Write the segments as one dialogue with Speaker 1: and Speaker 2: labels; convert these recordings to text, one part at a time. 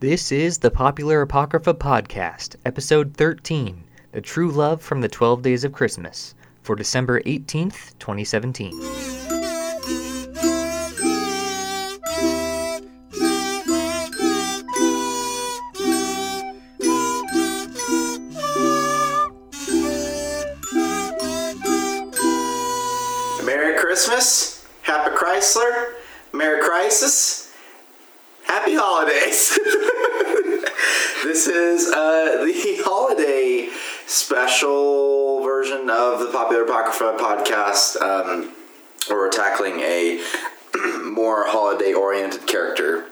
Speaker 1: This is the Popular Apocrypha Podcast, Episode 13 The True Love from the 12 Days of Christmas, for December 18th, 2017.
Speaker 2: Merry Christmas, Happy Chrysler, Merry Crisis, Happy Holidays. this is uh, the holiday special version of the Popular Apocrypha podcast, um, where we're tackling a more holiday oriented character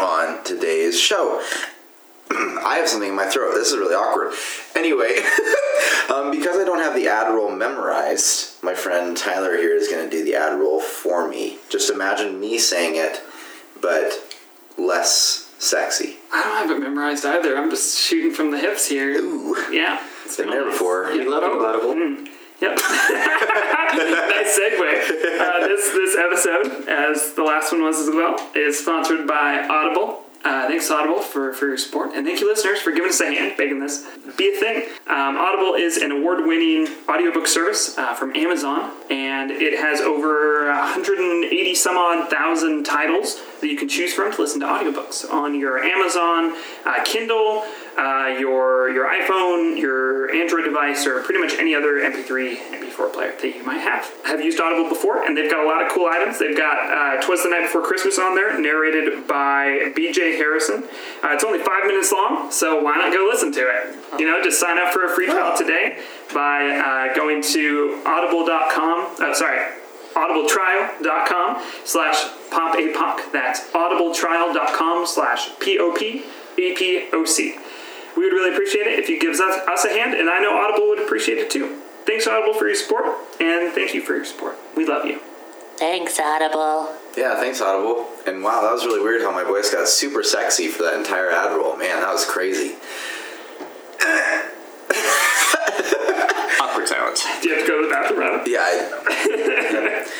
Speaker 2: on today's show. I have something in my throat. This is really awkward. Anyway, um, because I don't have the ad roll memorized, my friend Tyler here is going to do the ad roll for me. Just imagine me saying it, but less sexy.
Speaker 3: I don't have it memorized either. I'm just shooting from the hips here.
Speaker 2: Ooh.
Speaker 3: Yeah. It's
Speaker 2: Been there before.
Speaker 3: Yeah. Mm. Yep. nice segue. Uh, this this episode, as the last one was as well, is sponsored by Audible. Uh, thanks Audible for, for your support, and thank you listeners for giving us a hand making this be a thing. Um, Audible is an award-winning audiobook service uh, from Amazon, and it has over 180 some odd thousand titles that you can choose from to listen to audiobooks on your Amazon, uh, Kindle, uh, your your iPhone, your Android device, or pretty much any other MP3, MP4 player that you might have. I've used Audible before, and they've got a lot of cool items. They've got uh, "Twas the Night Before Christmas" on there, narrated by B.J. Harrison. Uh, it's only five minutes long, so why not go listen to it? You know, just sign up for a free trial today by uh, going to audible.com. Uh, sorry, audibletrial.com slash popapoc. That's audibletrial.com slash P-O-P-A-P-O-C. We would really appreciate it if you gives us, us a hand, and I know Audible would appreciate it too. Thanks, Audible, for your support, and thank you for your support. We love you.
Speaker 4: Thanks, Audible.
Speaker 2: Yeah, thanks, Audible. And wow, that was really weird how my voice got super sexy for that entire ad roll. Man, that was crazy. Awkward silence.
Speaker 3: Do you have to go to the bathroom, Adam?
Speaker 2: Yeah. I,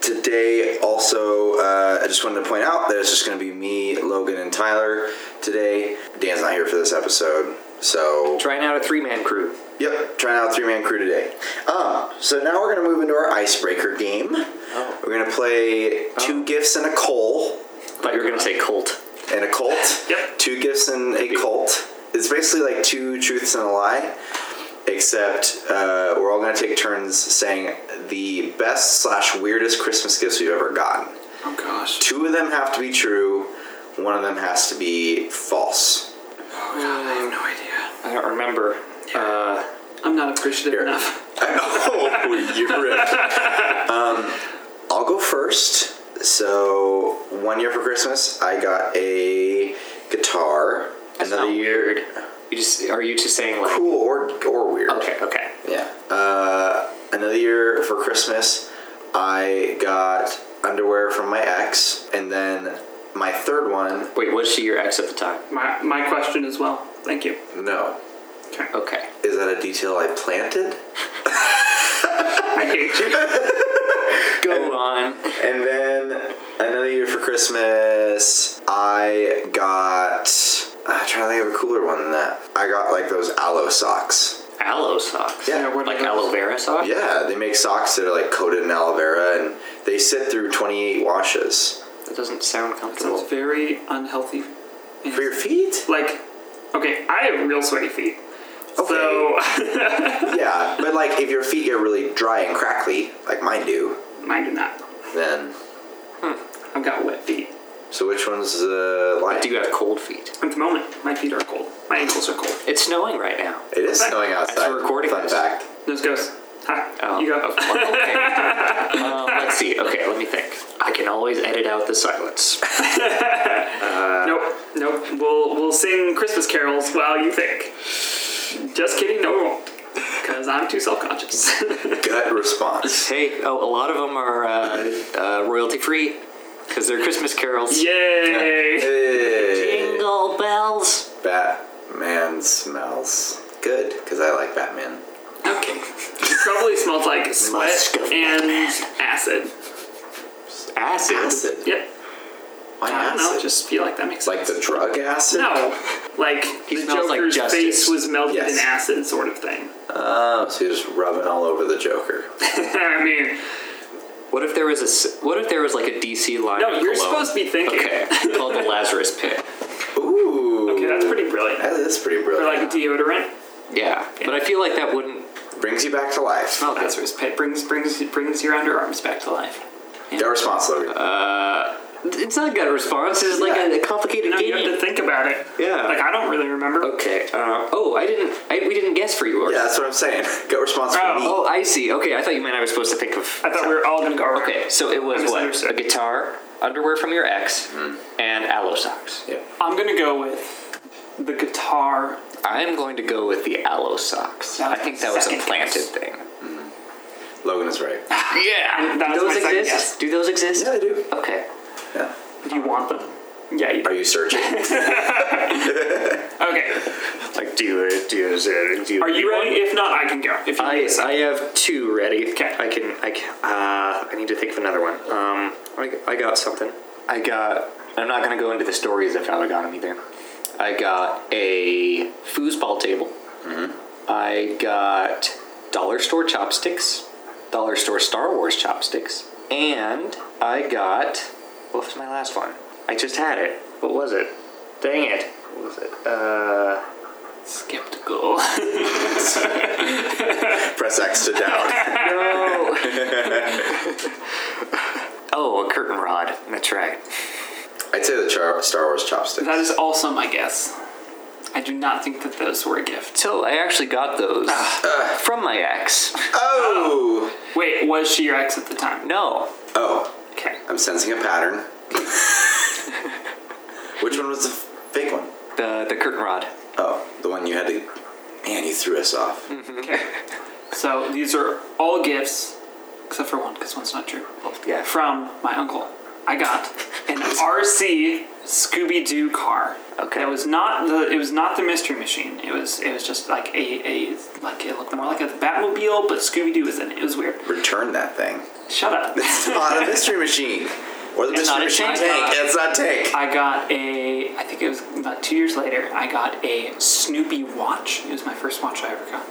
Speaker 2: today, also, uh, I just wanted to point out that it's just going to be me, Logan, and Tyler today. Dan's not here for this episode, so
Speaker 5: Trying out a three man crew.
Speaker 2: Yep, trying out three man crew today. Um, so now we're gonna move into our icebreaker game. We're gonna play two gifts and a coal
Speaker 5: Thought you were gonna say cult.
Speaker 2: and a cult.
Speaker 3: Yep.
Speaker 2: Two gifts and a cult. It's basically like two truths and a lie, except uh, we're all gonna take turns saying the best slash weirdest Christmas gifts we've ever gotten.
Speaker 3: Oh, gosh.
Speaker 2: Two of them have to be true. One of them has to be false.
Speaker 3: I have no idea.
Speaker 5: I don't remember. Uh,
Speaker 3: I'm not appreciative
Speaker 2: Here.
Speaker 3: enough.
Speaker 2: oh, you're ripped. Um, I'll go first. So one year for Christmas, I got a guitar.
Speaker 5: that's
Speaker 2: Another
Speaker 5: not
Speaker 2: year,
Speaker 5: weird. You just are you just saying like
Speaker 2: cool or or weird.
Speaker 5: okay okay
Speaker 2: Yeah. Uh, another year for Christmas, I got underwear from my ex, and then my third one,
Speaker 5: wait was she your ex at the time?
Speaker 3: My, my question as well. Thank you.
Speaker 2: no.
Speaker 5: Okay.
Speaker 2: Is that a detail I planted?
Speaker 3: I hate you.
Speaker 5: Go on.
Speaker 2: And then another year for Christmas, I got. I'm trying to think of a cooler one than that. I got like those aloe socks.
Speaker 5: Aloe socks.
Speaker 2: Yeah, what
Speaker 5: like
Speaker 3: are those?
Speaker 5: aloe vera socks.
Speaker 2: Yeah, they make socks that are like coated in aloe vera and they sit through 28 washes.
Speaker 5: That doesn't sound comfortable.
Speaker 3: Sounds very unhealthy.
Speaker 2: For your feet?
Speaker 3: Like, okay, I have real sweaty feet. So,
Speaker 2: Yeah, but like if your feet get really dry and crackly, like mine do,
Speaker 3: mine do not.
Speaker 2: then.
Speaker 3: I've got wet feet.
Speaker 2: So which one's the line?
Speaker 5: Do you have cold feet?
Speaker 3: At the moment, my feet are cold. My ankles are cold.
Speaker 5: It's snowing right now.
Speaker 2: It is snowing
Speaker 5: As
Speaker 2: outside.
Speaker 5: we're recording
Speaker 2: Fun
Speaker 5: this.
Speaker 2: fact.
Speaker 3: Those ghosts. Ha,
Speaker 5: Oh,
Speaker 3: you go.
Speaker 5: of course, okay. um, let's see. Okay, let me think. I can always edit out the silence.
Speaker 3: Nope, nope. We'll we'll sing Christmas carols while you think. Just kidding, no, we won't. Because I'm too self conscious.
Speaker 2: Gut response.
Speaker 5: Hey, oh, a lot of them are uh, uh, royalty free because they're Christmas carols.
Speaker 3: Yay!
Speaker 2: Hey.
Speaker 5: Jingle bells.
Speaker 2: Batman smells good because I like Batman.
Speaker 3: Okay. It probably smells like sweat
Speaker 5: Musk of
Speaker 3: and acid.
Speaker 5: Acid.
Speaker 2: Acid.
Speaker 3: Yep.
Speaker 2: Why
Speaker 3: I don't
Speaker 2: acid?
Speaker 3: know. Just feel like that makes
Speaker 2: like the drug acid?
Speaker 3: no. Like
Speaker 5: He
Speaker 3: the
Speaker 5: smells like
Speaker 3: Joker's
Speaker 5: justice.
Speaker 3: face was melted
Speaker 2: Yes.
Speaker 3: in acid, sort of thing.
Speaker 2: Oh, so you're just rubbing all over the Joker.
Speaker 3: I mean,
Speaker 5: What if there was a? s- What if there was like a DC line?
Speaker 3: No,
Speaker 5: of
Speaker 3: you're
Speaker 5: cologne?
Speaker 3: supposed to be thinking.
Speaker 5: Okay, called the Lazarus Pit.
Speaker 2: Ooh.
Speaker 3: okay, that's pretty brilliant.
Speaker 2: That is pretty
Speaker 3: Or
Speaker 2: brilliant.
Speaker 3: like a deodorant.
Speaker 5: Yeah, but I feel like that wouldn't.
Speaker 2: Brings you back to
Speaker 3: Oh,
Speaker 2: life.
Speaker 5: Well, that's
Speaker 3: Lazarus Pit brings brings brings your underarms back to life.
Speaker 2: Got a response, Logan.
Speaker 3: Uh,
Speaker 5: it's not a good response. It's like a, a complicated
Speaker 3: No, you have
Speaker 5: game.
Speaker 3: to think about it.
Speaker 5: Yeah.
Speaker 3: Like I don't really remember.
Speaker 5: Okay. Uh, oh, I didn't. I, we didn't guess for yours.
Speaker 2: yeah, that's what I'm saying. Got a response
Speaker 3: Oh.
Speaker 2: from me.
Speaker 5: Oh, I see. Okay, I thought you meant I was supposed to think of.
Speaker 3: I thought we were all gonna go around.
Speaker 5: Okay, so it was what?
Speaker 3: misunderstood.
Speaker 5: A guitar, underwear from your ex, and aloe socks.
Speaker 2: Yeah.
Speaker 3: I'm gonna go with the guitar.
Speaker 5: I'm going to go with the aloe socks.
Speaker 3: That
Speaker 5: I
Speaker 3: was
Speaker 5: think
Speaker 3: my
Speaker 5: that was a
Speaker 3: second
Speaker 5: planted
Speaker 3: guess.
Speaker 5: thing.
Speaker 2: Logan is right.
Speaker 5: Yeah.
Speaker 3: that was
Speaker 5: Do those
Speaker 3: my second
Speaker 5: exist?
Speaker 3: guess.
Speaker 5: Do those exist?
Speaker 2: Yeah, I do.
Speaker 5: Okay.
Speaker 2: Yeah.
Speaker 3: Do you want them? Yeah. You do.
Speaker 2: Are you searching?
Speaker 3: Okay.
Speaker 5: Like, do it, do it, do
Speaker 3: Are you ready? If not, I can go. If you
Speaker 5: I, I have two ready.
Speaker 3: Okay.
Speaker 5: I can, I can, uh, I need to think of another one. Um, I, I got something. I got, I'm not going to go into the stories if I got them either. I got a foosball table. Mm-hmm. I got dollar store chopsticks, dollar store Star Wars chopsticks, and I got, what was my last one? I just had it. What was it? Dang it. What was it? Uh,
Speaker 3: skeptical.
Speaker 2: Press X to down.
Speaker 5: No. oh, a curtain rod. That's right.
Speaker 2: I'd say the char- Star Wars chopsticks.
Speaker 3: that is also my guess. I do not think that those were a gift.
Speaker 5: So I actually got those from my ex.
Speaker 2: oh.
Speaker 3: Wait, was she your ex at the time?
Speaker 5: No.
Speaker 2: Oh.
Speaker 3: Okay.
Speaker 2: I'm sensing a pattern. Which one was the f- fake one?
Speaker 5: The the curtain rod.
Speaker 2: Oh, the one you had to. Man, you threw us off.
Speaker 3: Okay. So these are all gifts, except for one, because one's not true.
Speaker 5: Yeah.
Speaker 3: From my uncle. I got an RC Scooby Doo car.
Speaker 5: Okay.
Speaker 3: It was not the it was not the mystery machine. It was it was just like a, a like it looked more like a Batmobile, but Scooby Doo was in it. It was weird.
Speaker 2: Return that thing.
Speaker 3: Shut up.
Speaker 2: It's not a mystery machine. Or the
Speaker 5: not
Speaker 2: mystery
Speaker 5: a
Speaker 2: machine
Speaker 5: tank.
Speaker 2: tank. It's not tank.
Speaker 3: I got a, I think it was about two years later, I got a Snoopy watch. It was my first watch I ever got.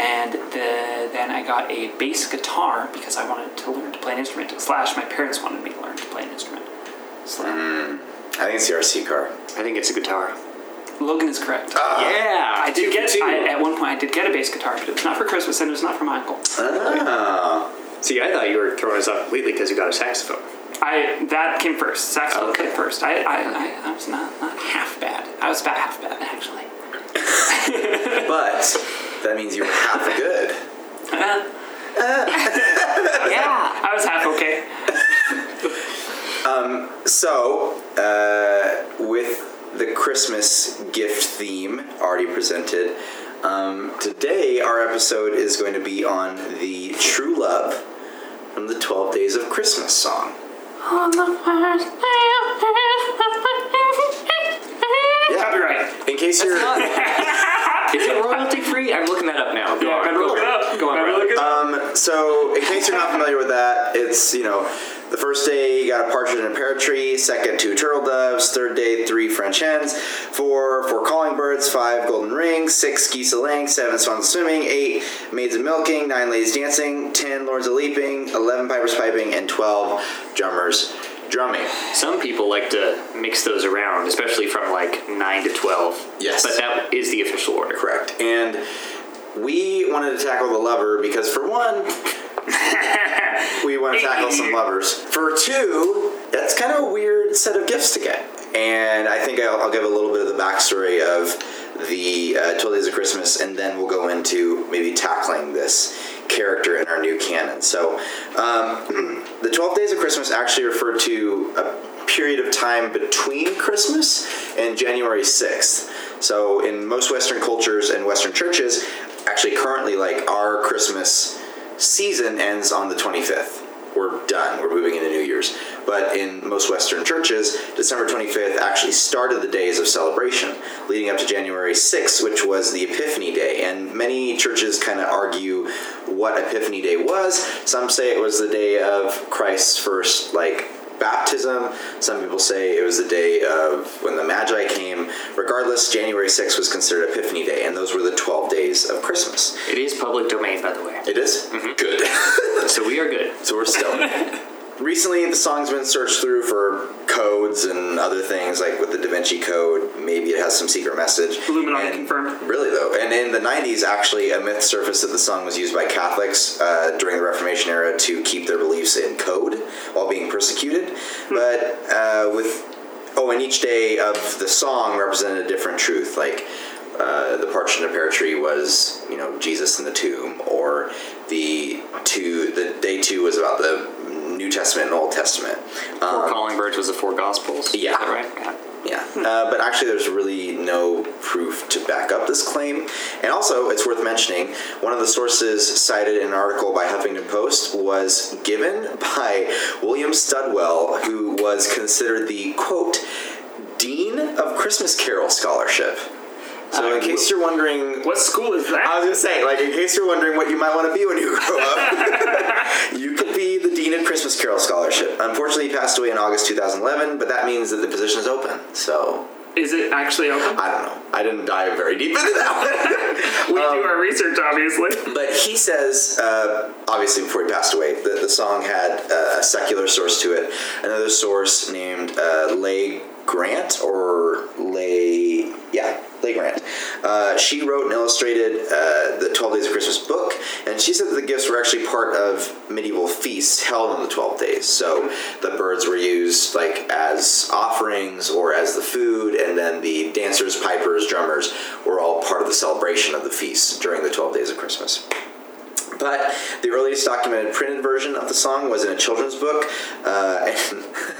Speaker 3: And the, then I got a bass guitar because I wanted to learn to play an instrument, slash, my parents wanted me to learn to play an instrument.
Speaker 5: Mm-hmm.
Speaker 3: Slash.
Speaker 2: I think it's the RC car.
Speaker 5: I think it's a guitar.
Speaker 3: Logan is correct.
Speaker 5: yeah.
Speaker 3: I did get,
Speaker 5: Ah, two.
Speaker 3: I, at one point, I did get a bass guitar, but it was not for Christmas and it was not for my uncle.
Speaker 2: Oh.
Speaker 5: See, I thought you were throwing us off completely because you got a saxophone.
Speaker 3: I That came first. Saxophone
Speaker 5: Oh, Okay.
Speaker 3: came first. I, I, I, I was not, not half bad. I was about half bad, actually.
Speaker 2: But that means you were half good.
Speaker 3: yeah, I was half okay.
Speaker 2: So, uh, with the Christmas gift theme already presented, um, today our episode is going to be on the True Love from the 12 Days of Christmas song.
Speaker 3: Copyright.
Speaker 2: In case you're.
Speaker 5: Is it royalty free? I'm looking that up now. Go
Speaker 3: Yeah,
Speaker 5: on,
Speaker 3: better
Speaker 5: go
Speaker 3: look it
Speaker 5: for
Speaker 3: up.
Speaker 5: Go on.
Speaker 3: Better
Speaker 5: Rob.
Speaker 3: look it up.
Speaker 2: Um, so, in case you're not familiar with that, it's, you know, the first day you got a partridge and a pear tree, second, two turtle doves, third day, three French hens, four, four calling birds, five golden rings, six geese a laying, seven swans swimming, eight maids a milking, nine ladies dancing, ten lords a leaping, eleven pipers piping, and twelve drummers drumming.
Speaker 5: Some people like to mix those around, especially from like nine to twelve.
Speaker 2: Yes.
Speaker 5: But that is the official order.
Speaker 2: Correct. And we wanted to tackle the lover because, for one, we want to tackle some lovers. For two, that's kind of a weird set of gifts to get. And I think I'll, I'll give a little bit of the backstory of the uh, 12 Days of Christmas, and then we'll go into maybe tackling this character in our new canon. So, um, the 12 Days of Christmas actually refer to a period of time between Christmas and January 6th. So, in most Western cultures and Western churches, actually, currently, like our Christmas season ends on the 25th. We're done. We're moving into New Year's. But in most Western churches, December 25th actually started the days of celebration, leading up to January 6th, which was the Epiphany Day. And many churches kind of argue what Epiphany Day was. Some say it was the day of Christ's first, like, baptism. Some people say it was the day of when the Magi came. Regardless, January 6th was considered Epiphany Day, and those were the 12 days of Christmas.
Speaker 5: It is public domain, by the way.
Speaker 2: It is? Good.
Speaker 5: So we are good.
Speaker 2: so we're still. Recently, the song's been searched through for codes and other things, like with the Da Vinci Code. Maybe it has some secret message.
Speaker 3: Illuminati
Speaker 2: And-
Speaker 3: confirmed.
Speaker 2: Really though, and in the '90s, actually, a myth surfaced that the song was used by Catholics uh, during the Reformation era to keep their beliefs in code while being persecuted. But uh, with oh, and each day of the song represented a different truth, like. Uh, the parched and the pear tree was, you know, Jesus in the tomb, or the two, the day two was about the New Testament and Old Testament. Um,
Speaker 5: Four calling birds was the four gospels.
Speaker 2: Yeah.
Speaker 5: Is that right? Yeah.
Speaker 2: yeah, uh, but actually, there's really no proof to back up this claim. And also, it's worth mentioning one of the sources cited in an article by Huffington Post was given by William Studwell, who was considered the quote dean of Christmas Carol scholarship. So, in case you're wondering
Speaker 3: What school is
Speaker 2: I was
Speaker 3: that?
Speaker 2: gonna say, like, in case you're wondering what you might want to be when you grow up, you could be the dean of Christmas Carol Scholarship. Unfortunately, he passed away in August 2011, but that means that the position is open. So
Speaker 3: Is it actually open?
Speaker 2: I don't know. I didn't dive very deep into that one.
Speaker 3: We do our research, obviously.
Speaker 2: But he says, uh, obviously, before he passed away, that the song had uh, a secular source to it. Another source named uh, Leigh Grant, or Leigh, yeah, Leigh Grant. Uh, she wrote and illustrated uh, the 12 Days of Christmas book, and she said that the gifts were actually part of medieval feasts held on the 12 days. So the birds were used like as offerings or as the food, and then the dancers, pipers, drummers were all part of the celebration of the feast during the 12 days of Christmas. But the earliest documented printed version of the song was in a children's book. Uh,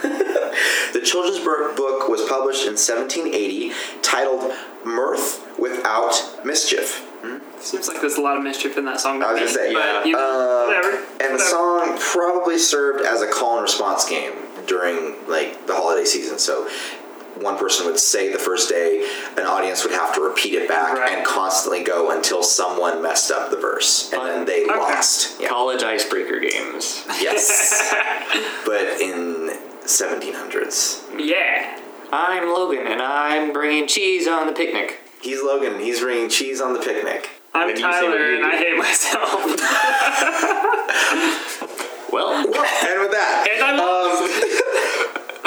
Speaker 2: and the children's book book was published in 1780, titled "Mirth Without Mischief."
Speaker 3: Seems like there's a lot of mischief in that song. to
Speaker 2: I was
Speaker 3: me,
Speaker 2: gonna say,
Speaker 3: but,
Speaker 5: yeah.
Speaker 3: You know,
Speaker 2: Um,
Speaker 3: whatever.
Speaker 2: And the
Speaker 3: Whatever.
Speaker 2: song probably served as a call and response game during like the holiday season. So one person would say the first day, an audience would have to repeat it back
Speaker 3: Right.
Speaker 2: and constantly go until someone messed up the verse and then they
Speaker 3: Okay.
Speaker 2: lost. Yeah.
Speaker 5: College icebreaker games.
Speaker 2: Yes. but in 1700s.
Speaker 3: Yeah.
Speaker 5: I'm Logan, and I'm bringing cheese on the picnic.
Speaker 2: He's Logan. He's bringing cheese on the picnic.
Speaker 3: I'm
Speaker 5: Then you say what
Speaker 3: Tyler
Speaker 5: you
Speaker 3: and
Speaker 5: do.
Speaker 3: I hate myself.
Speaker 5: Well,
Speaker 2: and with that,
Speaker 3: and I'm
Speaker 2: Um,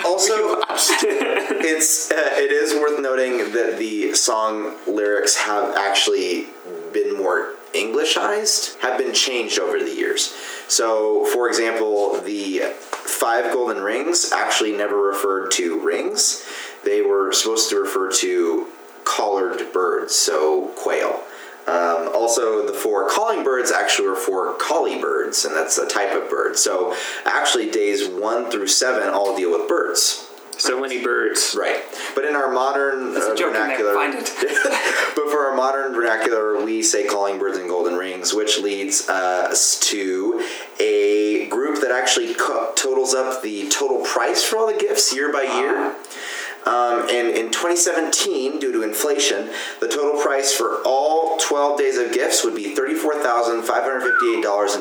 Speaker 2: also it's uh, it is worth noting that the song lyrics have actually been more englishized have been changed over the years so for example the five golden rings actually never referred to rings they were supposed to refer to collared birds so quail um, also, the four calling birds actually were four collie birds, and that's a type of bird. So, actually, days one through seven all deal with birds.
Speaker 5: so many birds.
Speaker 2: Right. But in our modern uh,
Speaker 3: joke in there.
Speaker 2: vernacular,
Speaker 3: Find it.
Speaker 2: but for our modern vernacular, we say calling birds and golden rings, which leads us to a group that actually co- totals up the total price for all the gifts year by year.
Speaker 3: Ah.
Speaker 2: Um, and in 2017, due to inflation, the total price for all 12 days of gifts would be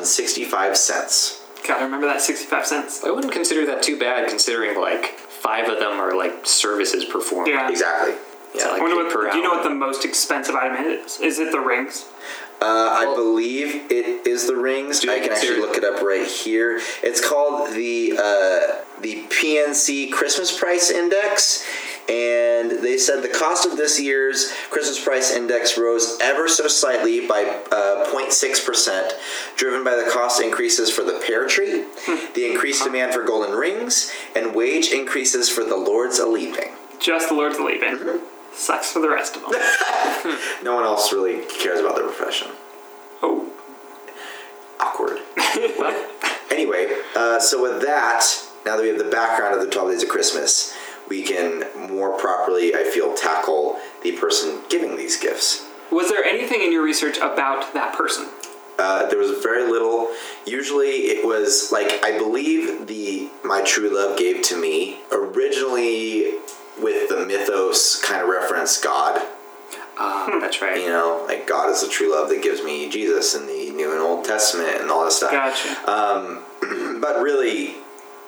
Speaker 2: $34,558.65.
Speaker 3: God, I remember that 65 cents.
Speaker 5: I wouldn't consider that too bad, considering like five of them are like services performed.
Speaker 3: Yeah.
Speaker 2: Exactly. Yeah.
Speaker 3: I wonder what,
Speaker 5: Per
Speaker 3: do you know
Speaker 5: hour.
Speaker 3: what the most expensive item is? Is it the rings?
Speaker 2: Uh, I believe it is the rings.
Speaker 5: Do
Speaker 2: I
Speaker 5: they
Speaker 2: can actually
Speaker 5: consider-
Speaker 2: look it up right here. It's called the uh, the PNC Christmas Price Index, and they said the cost of this year's Christmas Price Index rose ever so slightly by uh, 0.6 percent, driven by the cost increases for the pear tree, the increased demand for golden rings, and wage increases for the Lord's a leaping.
Speaker 3: Just the Lord's leaving.
Speaker 2: Mm-hmm.
Speaker 3: Sucks for the rest of them.
Speaker 2: No one else really cares about their profession.
Speaker 3: oh.
Speaker 2: awkward. anyway, uh, so with that, now that we have the background of the 12 Days of Christmas, we can more properly, I feel, tackle the person giving these gifts.
Speaker 3: Was there anything in your research about that person?
Speaker 2: Uh, there was very little. Usually, it was like I believe the my true love gave to me originally with the mythos kind of reference God.
Speaker 5: Ah, that's right.
Speaker 2: You know, like God is the true love that gives me Jesus in the New and Old Testament and all that stuff.
Speaker 3: Gotcha.
Speaker 2: Um, but really,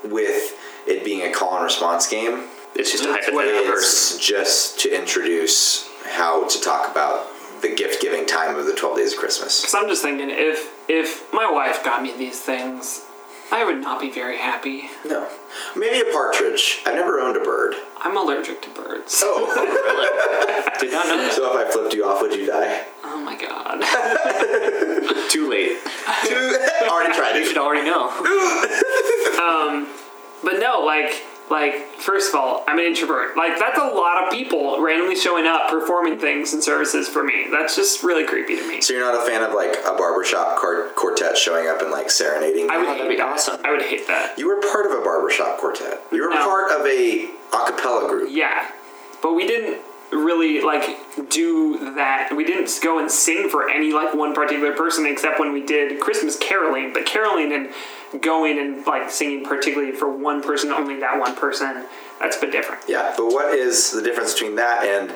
Speaker 2: with it being a call and response game
Speaker 5: It's just a
Speaker 3: That's what
Speaker 5: hypothetical.
Speaker 2: is just to introduce how to talk about the gift giving time of the 12 days of Christmas.
Speaker 3: So I'm just thinking, if if my wife got me these things, I would not be very happy.
Speaker 2: No. Maybe a partridge. I've never owned a bird.
Speaker 3: I'm allergic to birds.
Speaker 2: Oh.
Speaker 5: Did not know that.
Speaker 2: so if I flipped you off, would you die?
Speaker 3: Oh my god.
Speaker 5: Too late.
Speaker 2: Already tried
Speaker 5: You
Speaker 2: it.
Speaker 5: should already know.
Speaker 3: Um, But no, like like first of all, I'm an introvert. Like that's a lot of people randomly showing up performing things and services for me. That's just really creepy to me.
Speaker 2: So you're not a fan of like a barbershop quart- quartet showing up and like serenading?
Speaker 3: I would
Speaker 5: Oh,
Speaker 3: hate
Speaker 5: that'd be
Speaker 3: that.
Speaker 5: awesome.
Speaker 3: I would hate that.
Speaker 2: you were part of a barbershop quartet. You were
Speaker 3: No.
Speaker 2: part of a a cappella group.
Speaker 3: Yeah. But we didn't really like do that. We didn't go and sing for any like one particular person except when we did Christmas caroling, but caroling and going and like singing particularly for one person, only that one person, that's a bit different.
Speaker 2: Yeah, but what is the difference between that and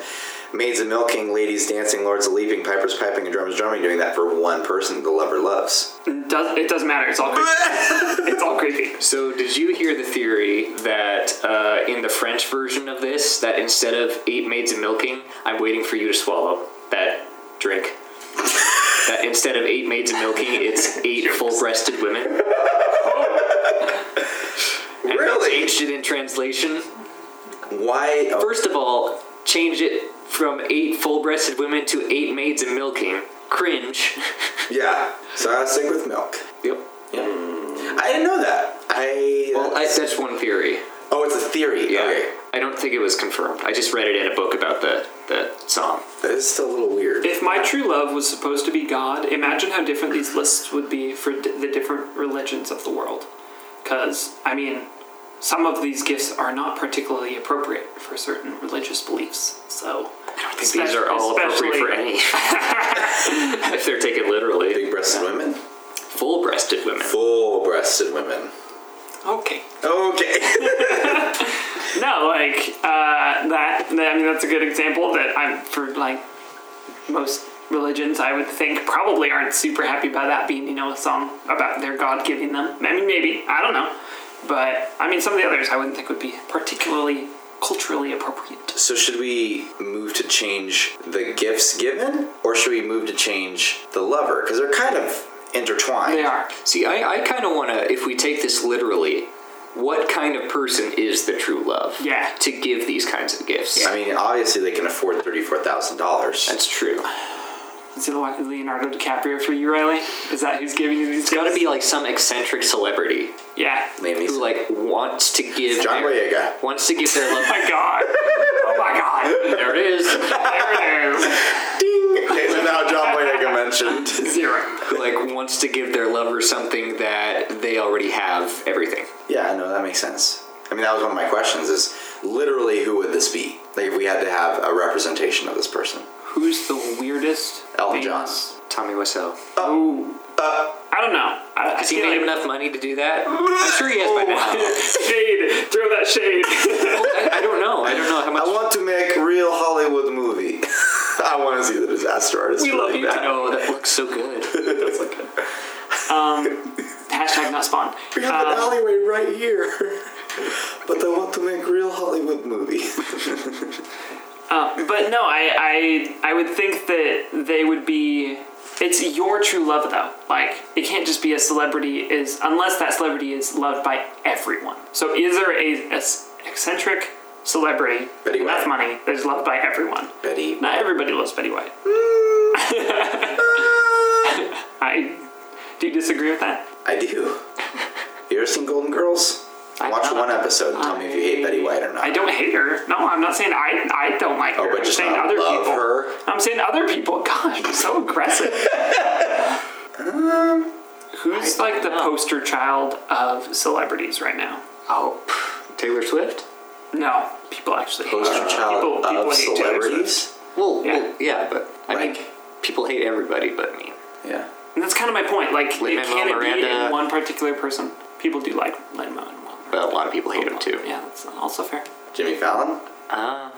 Speaker 2: maids a milking, ladies dancing, lords a leaping, pipers piping, and drummers drumming, doing that for one person the lover loves?
Speaker 3: It, does, it doesn't matter. It's all creepy. it's all creepy.
Speaker 5: So, did you hear the theory that uh, in the French version of this, that instead of eight maids and milking, I'm waiting for you to swallow that drink? that instead of eight maids and milking, it's eight full-breasted women. And
Speaker 2: Really?
Speaker 5: Changed it in translation.
Speaker 2: Why? oh,
Speaker 5: First of all, change it from eight full-breasted women to eight maids and milking. Cringe.
Speaker 2: yeah, so I stick with milk.
Speaker 5: yep.
Speaker 2: I didn't know that. I.
Speaker 5: Well, I, that's one theory.
Speaker 2: oh, it's a theory.
Speaker 5: Yeah.
Speaker 2: Okay.
Speaker 5: I don't think it was confirmed. I just read it in a book about the, the song.
Speaker 2: That is still a little weird.
Speaker 3: If my true love was supposed to be God, imagine how different these lists would be for d- the different religions of the world. Because, I mean, some of these gifts are not particularly appropriate for certain religious beliefs. So,
Speaker 5: I think these are all appropriate for any. if they're taken literally.
Speaker 2: Big breasted women?
Speaker 5: Full breasted women.
Speaker 2: Full breasted women.
Speaker 3: Okay.
Speaker 2: Okay.
Speaker 3: No, like, uh, that, that- I mean, that's a good example that I'm, for like most religions, I would think probably aren't super happy about that being, you know, a song about their God giving them. I mean, maybe. I don't know. But, I mean, some of the others I wouldn't think would be particularly culturally appropriate.
Speaker 2: so, should we move to change the gifts given, or should we move to change the lover? Because they're kind of intertwined.
Speaker 3: They are.
Speaker 5: See, I, I kind of want to, if we take this literally, what kind of person is the true love?
Speaker 3: Yeah.
Speaker 5: To give these kinds of gifts.
Speaker 2: I mean, obviously, they can afford $34,000.
Speaker 5: That's true.
Speaker 3: Is it like Leonardo DiCaprio for you, Riley? Is that who's giving you these?
Speaker 5: It's got to be like some eccentric celebrity
Speaker 3: Yeah. Oh
Speaker 2: Name
Speaker 5: who
Speaker 2: these.
Speaker 5: like wants to give
Speaker 2: John
Speaker 5: their,
Speaker 2: Boyega.
Speaker 5: wants to give their love.
Speaker 3: my god. Oh my god.
Speaker 5: there it is.
Speaker 3: There it is.
Speaker 2: Ding! Is now John Boyega mentioned.
Speaker 3: Zero.
Speaker 5: Who like wants to give their lover something that they already have everything.
Speaker 2: Yeah, I know, that makes sense. I mean, that was one of my questions is literally who would this be? Like, if we had to have a representation of this person.
Speaker 3: Who's the weirdest?
Speaker 2: Elton
Speaker 3: famous-
Speaker 2: John.
Speaker 5: Tommy Wiseau.
Speaker 3: Ooh. I don't know. I, I
Speaker 5: Does he
Speaker 3: feel
Speaker 5: made
Speaker 3: like-
Speaker 5: enough money to do that? I'm sure he has by now.
Speaker 3: shade. Throw that shade.
Speaker 5: I, I don't know. I don't know how
Speaker 2: I
Speaker 5: much.
Speaker 2: want to make real Hollywood movie. I want to see the disaster artist.
Speaker 3: We love
Speaker 2: really
Speaker 3: you,
Speaker 2: bad.
Speaker 5: I know that looks so good.
Speaker 3: That's like good. Um, hashtag not spawn.
Speaker 2: We have
Speaker 3: Um,
Speaker 2: an alleyway right here. but I want to make real Hollywood movie.
Speaker 3: Um, but no, I, I I would think that they would be. It's your true love though. Like it can't just be a celebrity is unless that celebrity is loved by everyone. So is there a, a s- eccentric celebrity
Speaker 2: Betty
Speaker 3: with
Speaker 2: White.
Speaker 3: enough money that is loved by everyone?
Speaker 2: Betty.
Speaker 3: Not everybody loves Betty White. I do you disagree with that.
Speaker 2: I do. You ever seen Golden Girls?
Speaker 3: I
Speaker 2: Watch
Speaker 3: don't.
Speaker 2: one episode and tell me if you hate Betty White or not.
Speaker 3: I don't hate her. No, I'm not saying I I don't like
Speaker 5: Oh,
Speaker 3: her.
Speaker 2: but
Speaker 3: I'm
Speaker 2: just
Speaker 3: saying
Speaker 2: not
Speaker 3: other
Speaker 2: love
Speaker 3: people.
Speaker 2: her?
Speaker 3: I'm saying other people. Gosh, I'm so aggressive.
Speaker 5: Um,
Speaker 3: Who's like the poster child of celebrities right now?
Speaker 5: Oh, pff, Taylor Swift.
Speaker 3: No, people actually hate
Speaker 2: Poster
Speaker 3: her.
Speaker 2: child
Speaker 3: people, people
Speaker 2: of
Speaker 3: hate Taylor
Speaker 2: celebrities.
Speaker 5: Well,
Speaker 3: Yeah.
Speaker 5: yeah, well, yeah but I mean,
Speaker 2: Like-
Speaker 5: people hate everybody but me.
Speaker 2: Yeah.
Speaker 3: Swift. And that's kind of my point. Like, it
Speaker 5: Lin-Manuel
Speaker 3: can't it be
Speaker 5: Miranda.
Speaker 3: in one particular person. People do like Lin Manuel.
Speaker 5: But a lot of people hate him too.
Speaker 3: Yeah, that's also fair.
Speaker 2: Jimmy Fallon?
Speaker 5: Uh,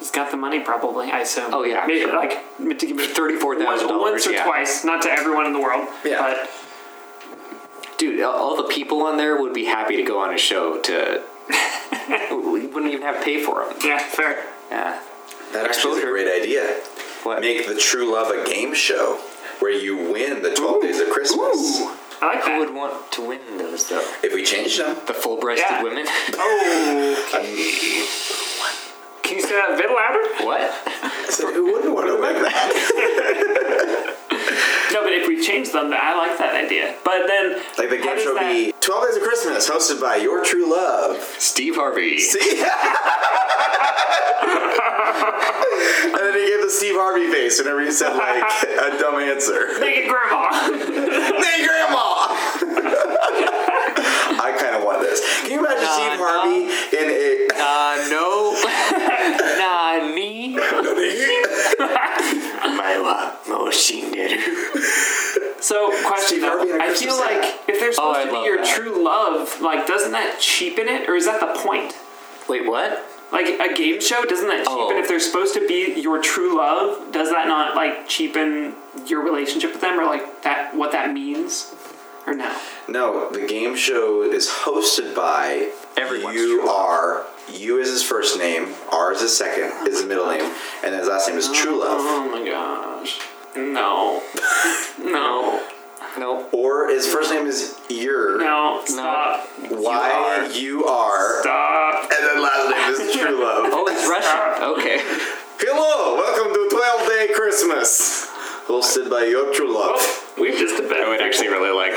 Speaker 3: He's got the money, probably. I assume.
Speaker 5: Oh, yeah,
Speaker 3: maybe
Speaker 5: sure.
Speaker 3: like to give it
Speaker 5: $34,000,
Speaker 3: once or
Speaker 5: yeah.
Speaker 3: twice, not to everyone in the world.
Speaker 2: Yeah.
Speaker 3: but
Speaker 5: dude, all- all the people on there would be happy to go on a show to we wouldn't even have to pay for them.
Speaker 3: Yeah, fair.
Speaker 5: Yeah.
Speaker 2: That actually is a
Speaker 5: Exposure.
Speaker 2: great idea.
Speaker 5: What?
Speaker 2: Make the True Love a game show where you win the 12 Days of Christmas.
Speaker 5: Ooh.
Speaker 3: I like
Speaker 5: Who
Speaker 3: that.
Speaker 5: would want to win those though?
Speaker 2: If we change them,
Speaker 5: The full-breasted
Speaker 3: Yeah.
Speaker 5: women.
Speaker 3: Oh,
Speaker 2: I
Speaker 3: can you say that a bit louder?
Speaker 5: what?
Speaker 2: said, who wouldn't want to win that?
Speaker 3: No, but if we change them, I like that idea. But then,
Speaker 2: Like the
Speaker 3: how
Speaker 2: game
Speaker 3: does
Speaker 2: show
Speaker 3: that-
Speaker 2: be 12 Days of Christmas, hosted by Your True Love.
Speaker 5: Steve Harvey.
Speaker 2: See? and then he gave the Steve Harvey face whenever you said, like, a dumb answer.
Speaker 3: Make it grandma.
Speaker 2: Hey, Grandma! I kind of want this. Can you imagine Steve
Speaker 5: no.
Speaker 2: Harvey in a.
Speaker 5: Uh, no. nah, me. My love,
Speaker 3: so, question
Speaker 2: Steve Harvey
Speaker 3: though,
Speaker 2: and a
Speaker 3: I
Speaker 2: Christmas
Speaker 3: feel like
Speaker 2: hat.
Speaker 3: if they're supposed
Speaker 5: I
Speaker 3: to be
Speaker 5: love
Speaker 3: your
Speaker 5: that.
Speaker 3: true love, like doesn't that cheapen it, or is that the point?
Speaker 5: Wait, what?
Speaker 3: Like a game show, doesn't that cheapen?
Speaker 5: Oh.
Speaker 3: If they're supposed to be your true love, does that not like cheapen your relationship with them, or like that what that means, or no?
Speaker 2: No, the game show is hosted by
Speaker 5: Everyone's
Speaker 2: You
Speaker 5: true.
Speaker 2: are you is his first name, R is his second, is his middle name, and his last name is True Love.
Speaker 3: Oh my gosh, no, no,
Speaker 5: Nope.
Speaker 2: Or his first name is Your
Speaker 3: no, stop,
Speaker 2: Y you are,
Speaker 3: stop.
Speaker 2: and then last name is True Love.
Speaker 5: Oh, it's Russian. Okay.
Speaker 2: Hello, welcome to Twelve Day Christmas, hosted by Your True Love.
Speaker 3: We've just about.
Speaker 5: really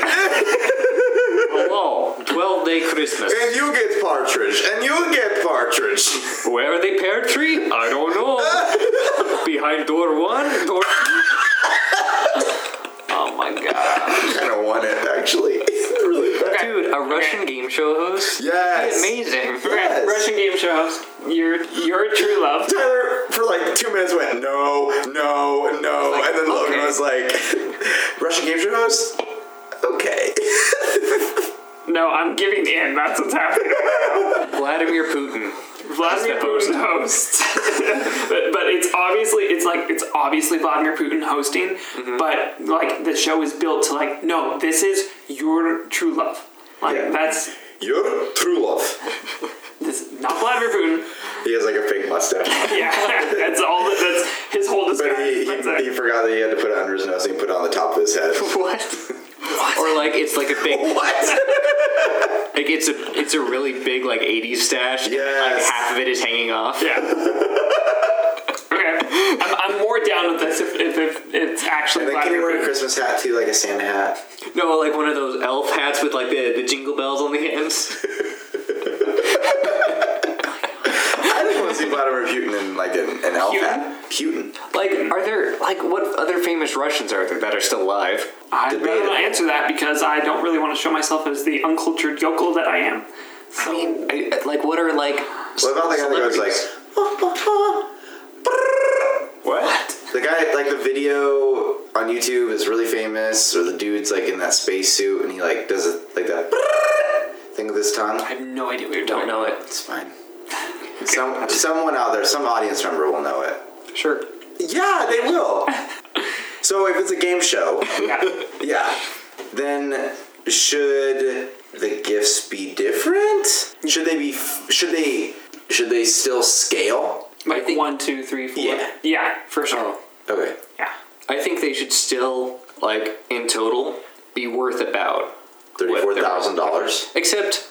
Speaker 5: like. Hello, 12 day Christmas.
Speaker 2: And you get partridge, and you get partridge.
Speaker 5: Where are they paired three? I don't know. Behind door one, door Oh my god.
Speaker 2: I kind of want it actually, really bad.
Speaker 5: Dude, a Russian game show host?
Speaker 2: Yes.
Speaker 5: Amazing.
Speaker 2: Yes.
Speaker 3: Russian game show host. You're you're a true love.
Speaker 2: Tyler, for like two minutes, went no, no, no,
Speaker 5: Like,
Speaker 2: and then Logan
Speaker 5: okay.
Speaker 2: was like, "Russian game show host, okay."
Speaker 3: No, I'm giving in. That's what's happening.
Speaker 5: Vladimir Putin.
Speaker 3: Vladimir
Speaker 5: He's
Speaker 3: Putin
Speaker 5: the
Speaker 3: hosts, but, but it's obviously it's like it's obviously Vladimir Putin hosting,
Speaker 2: Mm-hmm.
Speaker 3: but like the show is built to like no, this is your true love. Like
Speaker 2: Yeah.
Speaker 3: that's
Speaker 2: Your true love.
Speaker 3: this not Vladimir Putin.
Speaker 2: He has like a fake mustache,
Speaker 3: Yeah, that's all. That, that's his whole
Speaker 2: but
Speaker 3: disguise.
Speaker 2: he,
Speaker 3: That's
Speaker 2: he,
Speaker 3: it.
Speaker 2: he forgot that he had to put it under his nose, so he put it on the top of his head.
Speaker 5: What? Or like it's like a big
Speaker 2: What?
Speaker 5: like it's a it's a really big like 80s stash. and,
Speaker 2: Yes.
Speaker 5: Like half of it is hanging off.
Speaker 3: yeah. okay, I'm, I'm more down with this if, if, if it's actually
Speaker 2: and then can he
Speaker 3: Vladimir
Speaker 2: wear
Speaker 3: Putin.
Speaker 2: a Christmas hat too, like a Santa hat?
Speaker 5: No, like one of those elf hats with like the, the jingle bells on the ends.
Speaker 2: I just want to see Vladimir Putin in like an, an elf
Speaker 3: Putin?
Speaker 2: hat. Putin.
Speaker 5: Like, are there like what other famous Russians are there that are still alive?
Speaker 3: I'd
Speaker 2: Debate
Speaker 3: rather not
Speaker 2: it.
Speaker 3: answer that because I don't really want to show myself as the uncultured yokel that I am. So,
Speaker 5: I mean, I, like what are like?
Speaker 2: What about the guy that goes like?
Speaker 5: What?
Speaker 2: The guy, like the video on YouTube is really famous, or the dude's like in that space suit and he like does it like that thing with his tongue.
Speaker 3: I have no idea what you're
Speaker 5: Don't
Speaker 3: doing.
Speaker 5: know it.
Speaker 2: It's fine. Some someone out there, some audience member will know it.
Speaker 5: Sure.
Speaker 2: Yeah, they will. so if it's a game show,
Speaker 3: Yeah.
Speaker 2: yeah, then should the gifts be different? Should they be? f- Should they? Should they still scale?
Speaker 3: Like one, two, three, four.
Speaker 2: Yeah.
Speaker 3: Yeah, for sure.
Speaker 5: Oh,
Speaker 2: Okay.
Speaker 3: Yeah.
Speaker 5: I think they should still like in total be worth about
Speaker 2: Thirty-four thousand dollars.
Speaker 5: Except,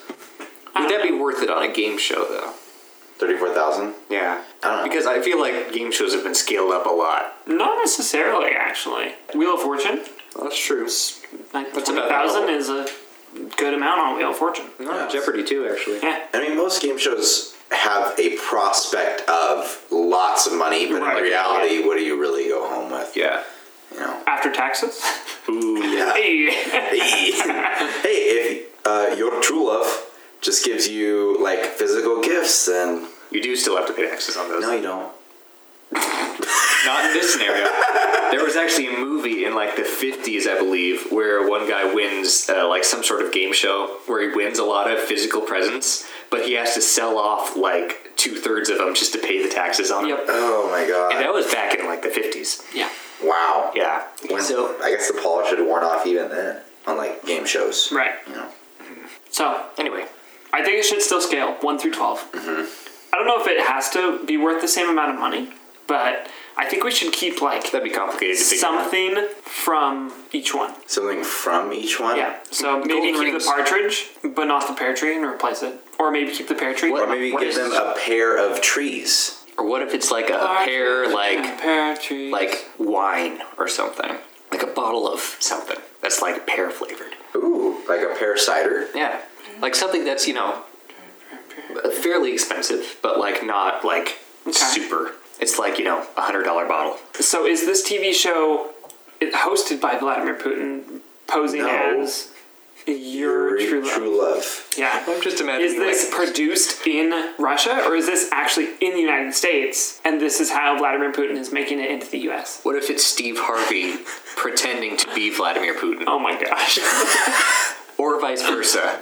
Speaker 5: would that be worth it on a game show though?
Speaker 2: Thirty-four thousand.
Speaker 5: Yeah.
Speaker 2: I don't know.
Speaker 5: Because I feel like game shows have been scaled up a lot.
Speaker 3: Not necessarily, actually. Wheel of Fortune,
Speaker 5: that's true.
Speaker 3: like
Speaker 5: about
Speaker 3: 20,000 is a good amount on Wheel of Fortune.
Speaker 5: Not Jeopardy too, actually.
Speaker 3: Yeah.
Speaker 2: I mean, most game shows have a prospect of lots of money, but
Speaker 3: Right.
Speaker 2: in reality, what do you really go home with?
Speaker 5: Yeah.
Speaker 2: You know?
Speaker 3: After taxes?
Speaker 2: Yeah. Hey,
Speaker 3: Hey.
Speaker 2: if uh, your true love just gives you like physical gifts, then
Speaker 5: You do still have to pay taxes on those.
Speaker 2: no, you don't.
Speaker 5: Not in this scenario. there was actually a movie in like the 50s, I believe, where one guy wins uh, like some sort of game show where he wins a lot of physical presents, but he has to sell off like two thirds of them just to pay the taxes on them.
Speaker 3: yep.
Speaker 2: Oh my
Speaker 5: And
Speaker 2: god!
Speaker 5: that was back in like the 50s.
Speaker 3: Yeah.
Speaker 2: Wow.
Speaker 5: Yeah.
Speaker 2: When,
Speaker 5: so,
Speaker 2: I guess the polish should have worn off even then on like game shows.
Speaker 3: Right.
Speaker 2: You know.
Speaker 3: So,
Speaker 5: anyway,
Speaker 3: I I think it should still scale one through 12 I don't know if it has to be worth the same amount of money, but I think we should keep like
Speaker 5: That'd be complicated to figure out.
Speaker 3: something from each one.
Speaker 2: Something from each one?
Speaker 3: Yeah. So maybe
Speaker 5: Golden
Speaker 3: keep
Speaker 5: rings.
Speaker 3: the partridge, but not the pear tree, and replace it, or maybe keep the pear tree.
Speaker 2: Or maybe
Speaker 5: What
Speaker 2: give
Speaker 5: is-
Speaker 2: them a pair of trees.
Speaker 5: Or what if it's like a pear, like
Speaker 3: pear tree,
Speaker 5: like wine or something, like a bottle of something that's like pear flavored.
Speaker 2: Ooh, like a pear cider.
Speaker 5: Yeah, like something that's you know fairly expensive, but like not like super. It's like you know a hundred dollar bottle.
Speaker 3: So is this TV show it hosted by Vladimir Putin posing
Speaker 2: No.
Speaker 3: as your
Speaker 2: True,
Speaker 3: true love?
Speaker 2: love.
Speaker 3: Yeah.
Speaker 5: I'm just imagining.
Speaker 3: Is this
Speaker 5: like,
Speaker 3: produced in Russia or is this actually in the United States and this is how Vladimir Putin is making it into the US?
Speaker 5: what if it's Steve Harvey pretending to be Vladimir Putin,
Speaker 3: Oh my gosh.
Speaker 5: Um, or vice versa?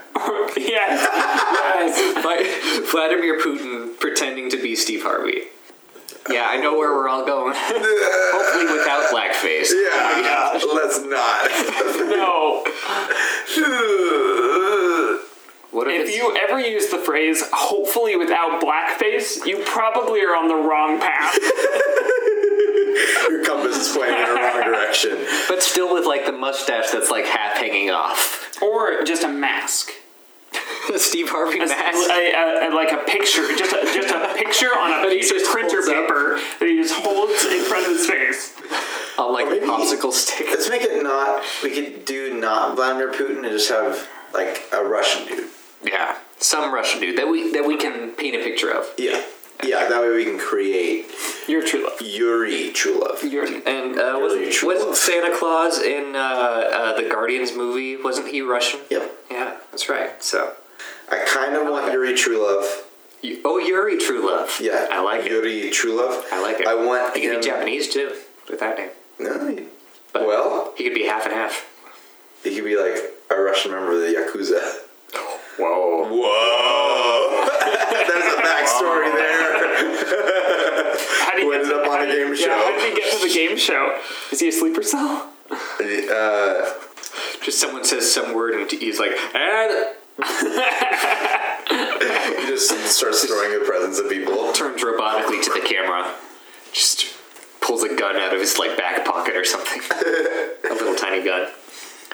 Speaker 3: yes. yes.
Speaker 5: Vi- Vladimir Putin pretending to be Steve Harvey. Yeah, I know where we're all going. Hopefully without blackface.
Speaker 2: Yeah, let's not.
Speaker 3: No.
Speaker 5: What if,
Speaker 3: If
Speaker 5: it's-
Speaker 3: you ever use the phrase hopefully without blackface, you probably are on the wrong path.
Speaker 2: Your compass is pointing in the wrong direction.
Speaker 5: but still with like the mustache that's like half hanging off?
Speaker 3: or just a mask.
Speaker 5: Steve Harvey
Speaker 3: a,
Speaker 5: mask.
Speaker 3: a- a- like a picture, just a, just a picture on a
Speaker 5: he
Speaker 3: piece of
Speaker 5: just
Speaker 3: printer
Speaker 5: holds up.
Speaker 3: paper that he just holds in front of his face.
Speaker 5: On uh, like a
Speaker 2: maybe-
Speaker 5: popsicle stick.
Speaker 2: Let's make it not. We could do not Vladimir Putin and just have like a Russian dude.
Speaker 5: Yeah. Some Russian dude that we that we can paint a picture of.
Speaker 2: Yeah, yeah. That way we can create
Speaker 3: Your true love.
Speaker 2: Yuri Trulov.
Speaker 3: Your
Speaker 5: And uh,
Speaker 2: Really
Speaker 5: wasn't,
Speaker 2: true
Speaker 5: wasn't
Speaker 2: love.
Speaker 5: Santa Claus in uh, uh, the Guardians movie? Wasn't he Russian?
Speaker 2: Yep.
Speaker 5: Yeah, that's right. So,
Speaker 2: I kind of want Yuri Trulov.
Speaker 5: you, oh, Yuri True Love.
Speaker 2: Yeah,
Speaker 5: I like it.
Speaker 2: Yuri Trulov.
Speaker 5: I like it.
Speaker 2: I want
Speaker 5: He could
Speaker 2: him.
Speaker 5: be Japanese too, with that name.
Speaker 2: No, he-
Speaker 5: But-
Speaker 2: well,
Speaker 5: He could be half and half.
Speaker 2: he could be like a Russian member of the Yakuza.
Speaker 5: Whoa.
Speaker 2: Whoa! There's a backstory there.
Speaker 3: how do
Speaker 2: Who
Speaker 3: you get
Speaker 2: ended
Speaker 3: to,
Speaker 2: up on a
Speaker 3: how do you-
Speaker 2: game
Speaker 3: yeah, How
Speaker 2: show.
Speaker 3: did he get to the game show? Is he a sleeper cell?
Speaker 2: Uh,
Speaker 5: Just someone says some word and he's like, and
Speaker 2: he just starts throwing the presents at people.
Speaker 5: turns robotically to the camera. Just pulls a gun out of his like back pocket or something. a little tiny gun.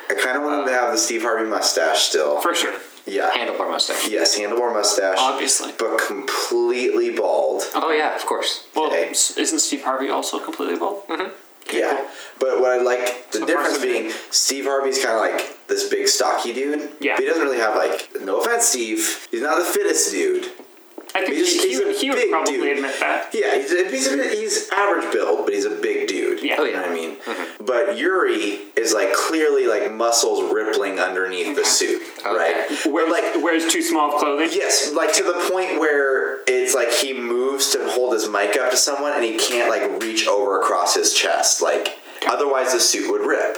Speaker 2: I kind of want him to have the Steve Harvey mustache still.
Speaker 3: For sure.
Speaker 2: Yeah.
Speaker 5: Handlebar mustache.
Speaker 2: Yes, handlebar mustache.
Speaker 3: Obviously.
Speaker 2: But completely bald.
Speaker 5: Oh yeah, of course.
Speaker 3: Well,
Speaker 2: Okay.
Speaker 3: s- isn't Steve Harvey also completely bald? Mm-hmm.
Speaker 2: Yeah. But what I like, the
Speaker 3: Of
Speaker 2: difference
Speaker 3: course.
Speaker 2: being, Steve Harvey's kind of like this big stocky dude.
Speaker 3: Yeah.
Speaker 2: But he doesn't really have like, no offense, Steve, he's not the fittest dude.
Speaker 3: I think
Speaker 2: He's-
Speaker 3: he,
Speaker 2: he's
Speaker 3: he,
Speaker 2: a
Speaker 3: would, he would
Speaker 2: big
Speaker 3: probably
Speaker 2: dude.
Speaker 3: admit that.
Speaker 2: Yeah, he's, a, he's, a, he's average build, but he's a big dude.
Speaker 3: Yeah. Oh,
Speaker 2: You know
Speaker 5: yeah.
Speaker 2: what I mean? But Yuri is like clearly like muscles rippling underneath the suit, right?
Speaker 3: Wears,
Speaker 2: Where like
Speaker 3: wears too small of clothing.
Speaker 2: Yes, like to the point where it's like he moves to hold his mic up to someone and he can't like reach over across his chest. Like otherwise the suit would rip.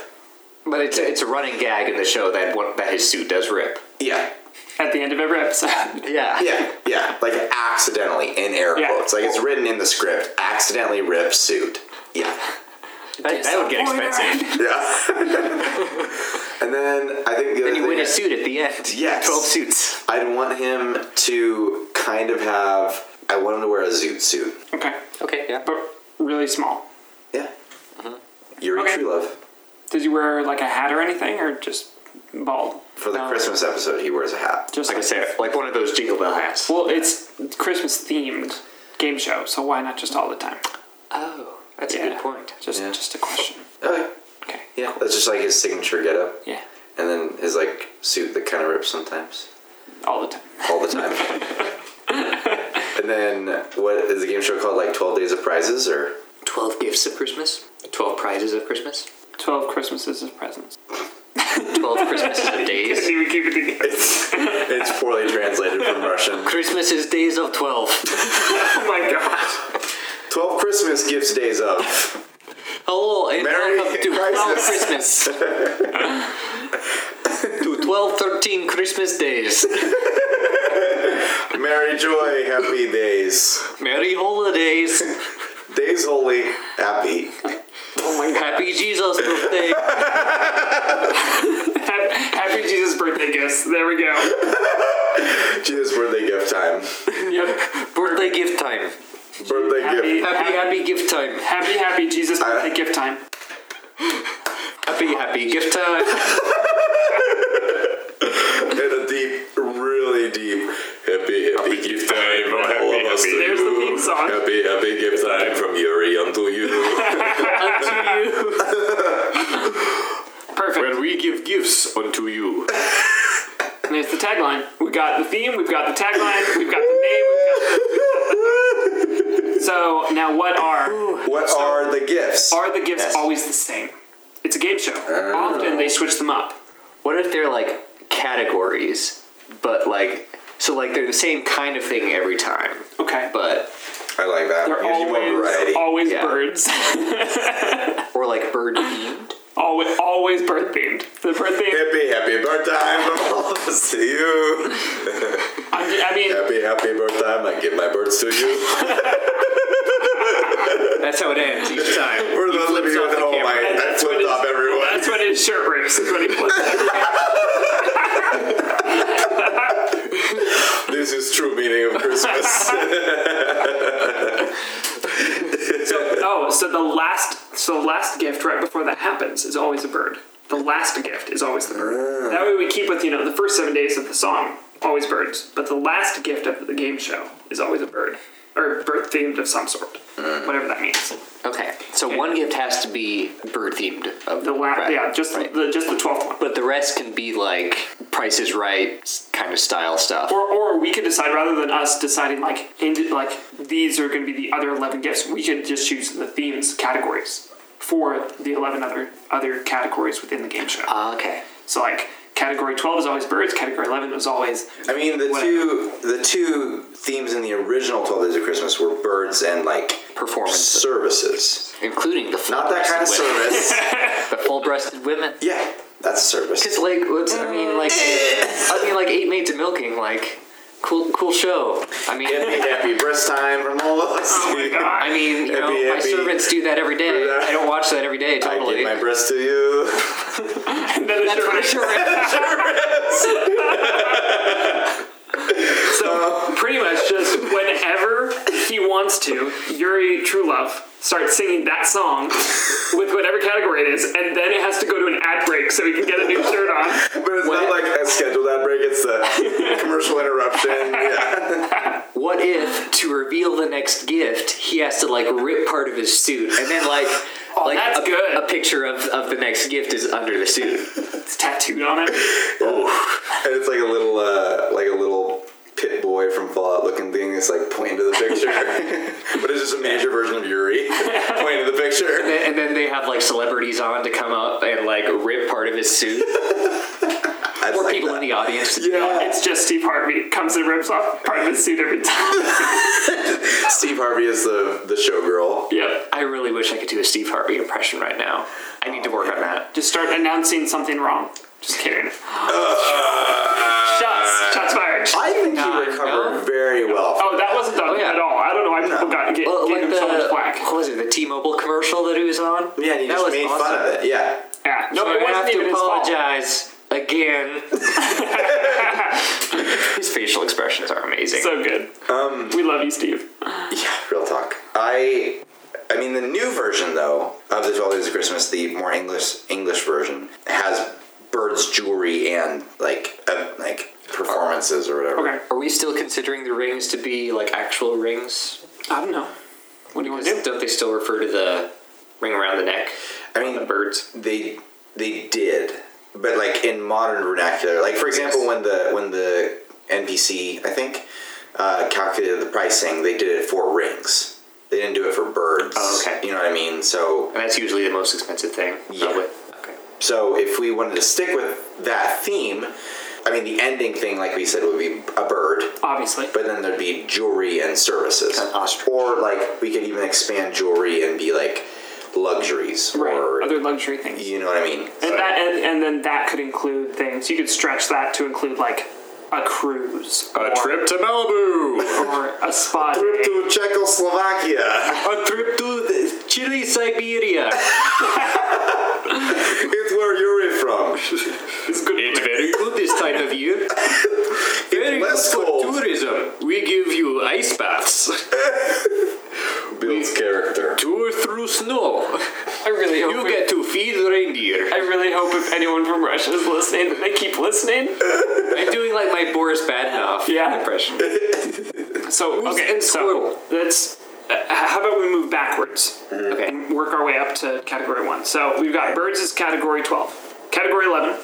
Speaker 5: But it's a, it's a running gag in the show that one, that his suit does rip.
Speaker 2: Yeah.
Speaker 3: At the end of every episode.
Speaker 5: Yeah.
Speaker 2: Yeah. Yeah. Like accidentally in air
Speaker 3: Yeah.
Speaker 2: quotes. Like it's written in the script. Accidentally rip suit. Yeah.
Speaker 5: That, that would get expensive.
Speaker 2: Yeah. and then I think the other
Speaker 5: Then you
Speaker 2: thing
Speaker 5: win a suit at the end.
Speaker 2: Yes.
Speaker 5: Twelve suits.
Speaker 2: I'd want him to kind of have I want him to wear a zoot suit.
Speaker 3: Okay.
Speaker 5: Okay. Yeah.
Speaker 3: But really small.
Speaker 2: Yeah. Yuri
Speaker 3: Okay.
Speaker 2: Mm-hmm. True Love.
Speaker 3: Did you wear like a hat or anything, or just bald?
Speaker 2: For the
Speaker 3: Um,
Speaker 2: Christmas episode, he wears a hat.
Speaker 3: Just
Speaker 5: Like I said, like one of those jingle bell hats.
Speaker 3: Well, it's Christmas themed game show, so why not just all the time?
Speaker 5: Oh, that's
Speaker 3: Yeah.
Speaker 5: a good point.
Speaker 3: Just
Speaker 2: Yeah.
Speaker 3: just a question.
Speaker 2: Okay.
Speaker 3: Okay.
Speaker 2: Oh, Yeah, that's just like his signature getup,
Speaker 3: Yeah.
Speaker 2: and then his like suit that kind of rips sometimes,
Speaker 3: All the time.
Speaker 2: all the time. and then what is the game show called? Like Twelve Days of Prizes, or
Speaker 5: 12 gifts of Christmas, 12 prizes of Christmas,
Speaker 3: Twelve Christmases of presents.
Speaker 5: 12 Christmases of days.
Speaker 3: Didn't even keep it together.
Speaker 2: it's it's poorly translated from Russian.
Speaker 5: Christmas is days of 12.
Speaker 3: Oh my gosh.
Speaker 2: Twelve Christmas gifts days of.
Speaker 5: Hello, and
Speaker 2: Merry
Speaker 5: welcome to
Speaker 2: Christmas.
Speaker 5: 12 Christmas. to 12, 13 Christmas days.
Speaker 2: Merry joy, happy days.
Speaker 5: Merry holidays.
Speaker 2: Days holy, happy.
Speaker 5: Oh my god. Happy Jesus birthday.
Speaker 3: Happy, happy Jesus birthday gifts. There we go.
Speaker 2: Jesus birthday gift time.
Speaker 3: Yep.
Speaker 5: birthday gift time.
Speaker 2: Birthday
Speaker 3: Happy,
Speaker 2: gift.
Speaker 3: happy,
Speaker 5: Happy, happy gift time.
Speaker 3: happy, happy Jesus birthday
Speaker 2: Uh,
Speaker 3: gift time.
Speaker 5: Happy, happy gift time.
Speaker 2: And a deep, really deep happy happy gift time from all of us to
Speaker 3: happy. There's the
Speaker 2: you.
Speaker 3: theme song.
Speaker 2: Happy happy gift time from Yuri unto you.
Speaker 3: Perfect.
Speaker 5: we give gifts unto you.
Speaker 3: And there's the tagline. We've got the theme, we've got the tagline, we've got the name, we've got the. So now what are.
Speaker 2: what are the gifts?
Speaker 3: Are the gifts always the same? It's a game show.
Speaker 2: Uh,
Speaker 3: Often they switch them up.
Speaker 5: What if they're like categories, but like so like they're the same kind of thing every time,
Speaker 3: Okay.
Speaker 5: but
Speaker 2: I like that.
Speaker 3: They're
Speaker 2: Gives you more variety.
Speaker 3: always, always
Speaker 5: Yeah.
Speaker 3: birds.
Speaker 5: or like bird themed.
Speaker 3: always, always bird themed. The bird theme.
Speaker 2: Happy happy birthday from all of us to you.
Speaker 3: I mean,
Speaker 2: Happy happy birthday. I give my birds to you.
Speaker 5: That's how it ends each time.
Speaker 2: For
Speaker 5: He
Speaker 2: those of
Speaker 5: flips
Speaker 2: you
Speaker 5: off
Speaker 2: who
Speaker 5: the
Speaker 2: know, my
Speaker 5: camera.
Speaker 2: I
Speaker 3: That's what
Speaker 2: flipped
Speaker 3: it-
Speaker 2: off everyone.
Speaker 3: That's when his shirt rips. Is when he flips
Speaker 2: This is true meaning of Christmas.
Speaker 3: oh, so the last, so the last gift right before that happens is always a bird. The last gift is always the
Speaker 5: Ah.
Speaker 3: bird. That way we keep with you know the first seven days of the song always birds, but the last gift of the game show is always a bird or bird themed of some sort,
Speaker 5: Ah.
Speaker 3: whatever that means.
Speaker 5: Okay, so one gift has to be bird themed of
Speaker 3: The last,
Speaker 5: right,
Speaker 3: yeah, just
Speaker 5: right.
Speaker 3: the just the twelfth one.
Speaker 5: but the rest can be like Price is Right kind of style stuff.
Speaker 3: Or, or we could decide rather than us deciding like indi- like these are going to be the other eleven gifts. We could just choose the themes categories for the eleven other other categories within the game show.
Speaker 5: Ah, okay,
Speaker 3: so like category twelve is always birds. Category eleven is always
Speaker 2: I mean, the
Speaker 3: What?
Speaker 2: two the two themes in the original Twelve Days of Christmas were birds and like
Speaker 5: performance,
Speaker 2: services.
Speaker 5: including the full
Speaker 2: Not that kind of
Speaker 5: women.
Speaker 2: service.
Speaker 5: the full-breasted women.
Speaker 2: yeah, that's a service.
Speaker 5: Because like, what's, I mean, like, I mean, like eight maids of milking, like, cool, cool show. I mean,
Speaker 2: happy, happy breast time from all of us.
Speaker 3: oh my god.
Speaker 5: I mean, you know,
Speaker 2: Happy,
Speaker 5: my
Speaker 2: happy.
Speaker 5: servants do that every day. I don't watch that every day.
Speaker 2: I
Speaker 5: Totally.
Speaker 2: give my breast to you.
Speaker 3: And then the
Speaker 5: That's what a
Speaker 3: shirt-
Speaker 5: servant.
Speaker 3: so pretty much just whenever he wants to, Yuri True Love starts singing that song with whatever category it is, and then it has to go to an ad break so he can get a new shirt on.
Speaker 2: But it's not like a scheduled ad break. It's the commercial interruption. Yeah.
Speaker 5: What if to reveal the next gift, he has to like rip part of his suit and then like.
Speaker 2: Oh,
Speaker 5: like
Speaker 3: that's
Speaker 5: a,
Speaker 3: good.
Speaker 5: a picture of, of the next gift is under the suit.
Speaker 3: It's tattooed on it.
Speaker 2: And it's like a little, uh, like a little pit boy from Fallout looking thing. that's like pointing to the picture, but it's just a miniature version of Yuri pointing to the picture.
Speaker 5: And then they have like celebrities on to come up and like rip part of his suit.
Speaker 2: I'd
Speaker 5: Or
Speaker 2: like
Speaker 5: people
Speaker 2: that.
Speaker 5: in the audience.
Speaker 2: Yeah,
Speaker 3: It's just Steve Harvey comes and rips off part of his suit every time.
Speaker 2: Steve Harvey is the the showgirl.
Speaker 3: yep.
Speaker 5: I really wish I could do a Steve Harvey impression right now. I need to work on that.
Speaker 3: Just start announcing something wrong. Just kidding.
Speaker 5: Uh,
Speaker 3: Shots. Shots fired.
Speaker 2: Uh, I think
Speaker 5: God,
Speaker 2: he recovered
Speaker 5: no.
Speaker 2: very well.
Speaker 3: Oh, that wasn't done
Speaker 5: yeah.
Speaker 3: at all. I don't know why people got get,
Speaker 5: Well,
Speaker 3: gave
Speaker 5: like
Speaker 3: him so much
Speaker 5: the
Speaker 3: flack.
Speaker 5: what was it? The T-Mobile commercial that he was on.
Speaker 2: yeah, and he
Speaker 5: that
Speaker 2: just
Speaker 5: was
Speaker 2: made fun of it. Yeah,
Speaker 3: Yeah. No,
Speaker 5: So
Speaker 3: it
Speaker 5: I
Speaker 3: wasn't
Speaker 5: have
Speaker 3: even
Speaker 5: to
Speaker 3: his fault.
Speaker 5: apologize again. His facial expressions are amazing.
Speaker 3: So good. Um, we love you, Steve.
Speaker 2: Yeah, real talk. I I mean the new version though of the Twelve Days of Christmas, the more English English version, has birds jewelry and like uh, like performances or whatever.
Speaker 3: Okay.
Speaker 5: are we still considering the rings to be like actual rings?
Speaker 3: I don't know. What do you want to do?
Speaker 5: Don't they still refer to the ring around the neck?
Speaker 2: I mean
Speaker 5: the birds.
Speaker 2: They they did, but like in modern vernacular, like for example, when the when the NPC I think uh, calculated the pricing, they did it for rings. They didn't do it for birds.
Speaker 5: Oh, okay.
Speaker 2: You know what I mean? So
Speaker 5: And that's usually the most expensive thing.
Speaker 2: Yeah.
Speaker 5: Probably. Okay.
Speaker 2: So if we wanted to stick with that theme, I mean, the ending thing, like we said, would be a bird,
Speaker 3: Obviously.
Speaker 2: but then there'd be jewelry and services,
Speaker 5: An ostrich.
Speaker 2: or like we could even expand jewelry and be like luxuries, or
Speaker 3: right. Other luxury things.
Speaker 2: you know what I mean.
Speaker 3: And, that, and, and then that could include things. You could stretch that to include like a cruise,
Speaker 5: A trip to Malibu.
Speaker 3: or a spa
Speaker 2: Trip
Speaker 3: day.
Speaker 2: to Czechoslovakia.
Speaker 5: a trip to the Chile, Siberia.
Speaker 2: It's where you're from.
Speaker 3: It's good.
Speaker 5: It's very good this time of year. Very good
Speaker 2: less
Speaker 5: for
Speaker 2: cold.
Speaker 5: tourism. We give you ice baths.
Speaker 2: Builds character.
Speaker 5: Tour through snow.
Speaker 3: I really hope
Speaker 5: You
Speaker 3: it-
Speaker 5: get to feed the reindeer.
Speaker 3: I really hope if anyone from Russia is listening, that they keep listening.
Speaker 5: I'm doing like my Boris Badenoff
Speaker 3: Yeah.
Speaker 5: impression.
Speaker 3: So okay,
Speaker 5: and
Speaker 3: so
Speaker 5: squirrel. Mm-hmm.
Speaker 3: that's. Uh, h- how about we move backwards
Speaker 5: Okay.
Speaker 3: and work our way up to category one? So we've got birds is category twelve. Category eleven.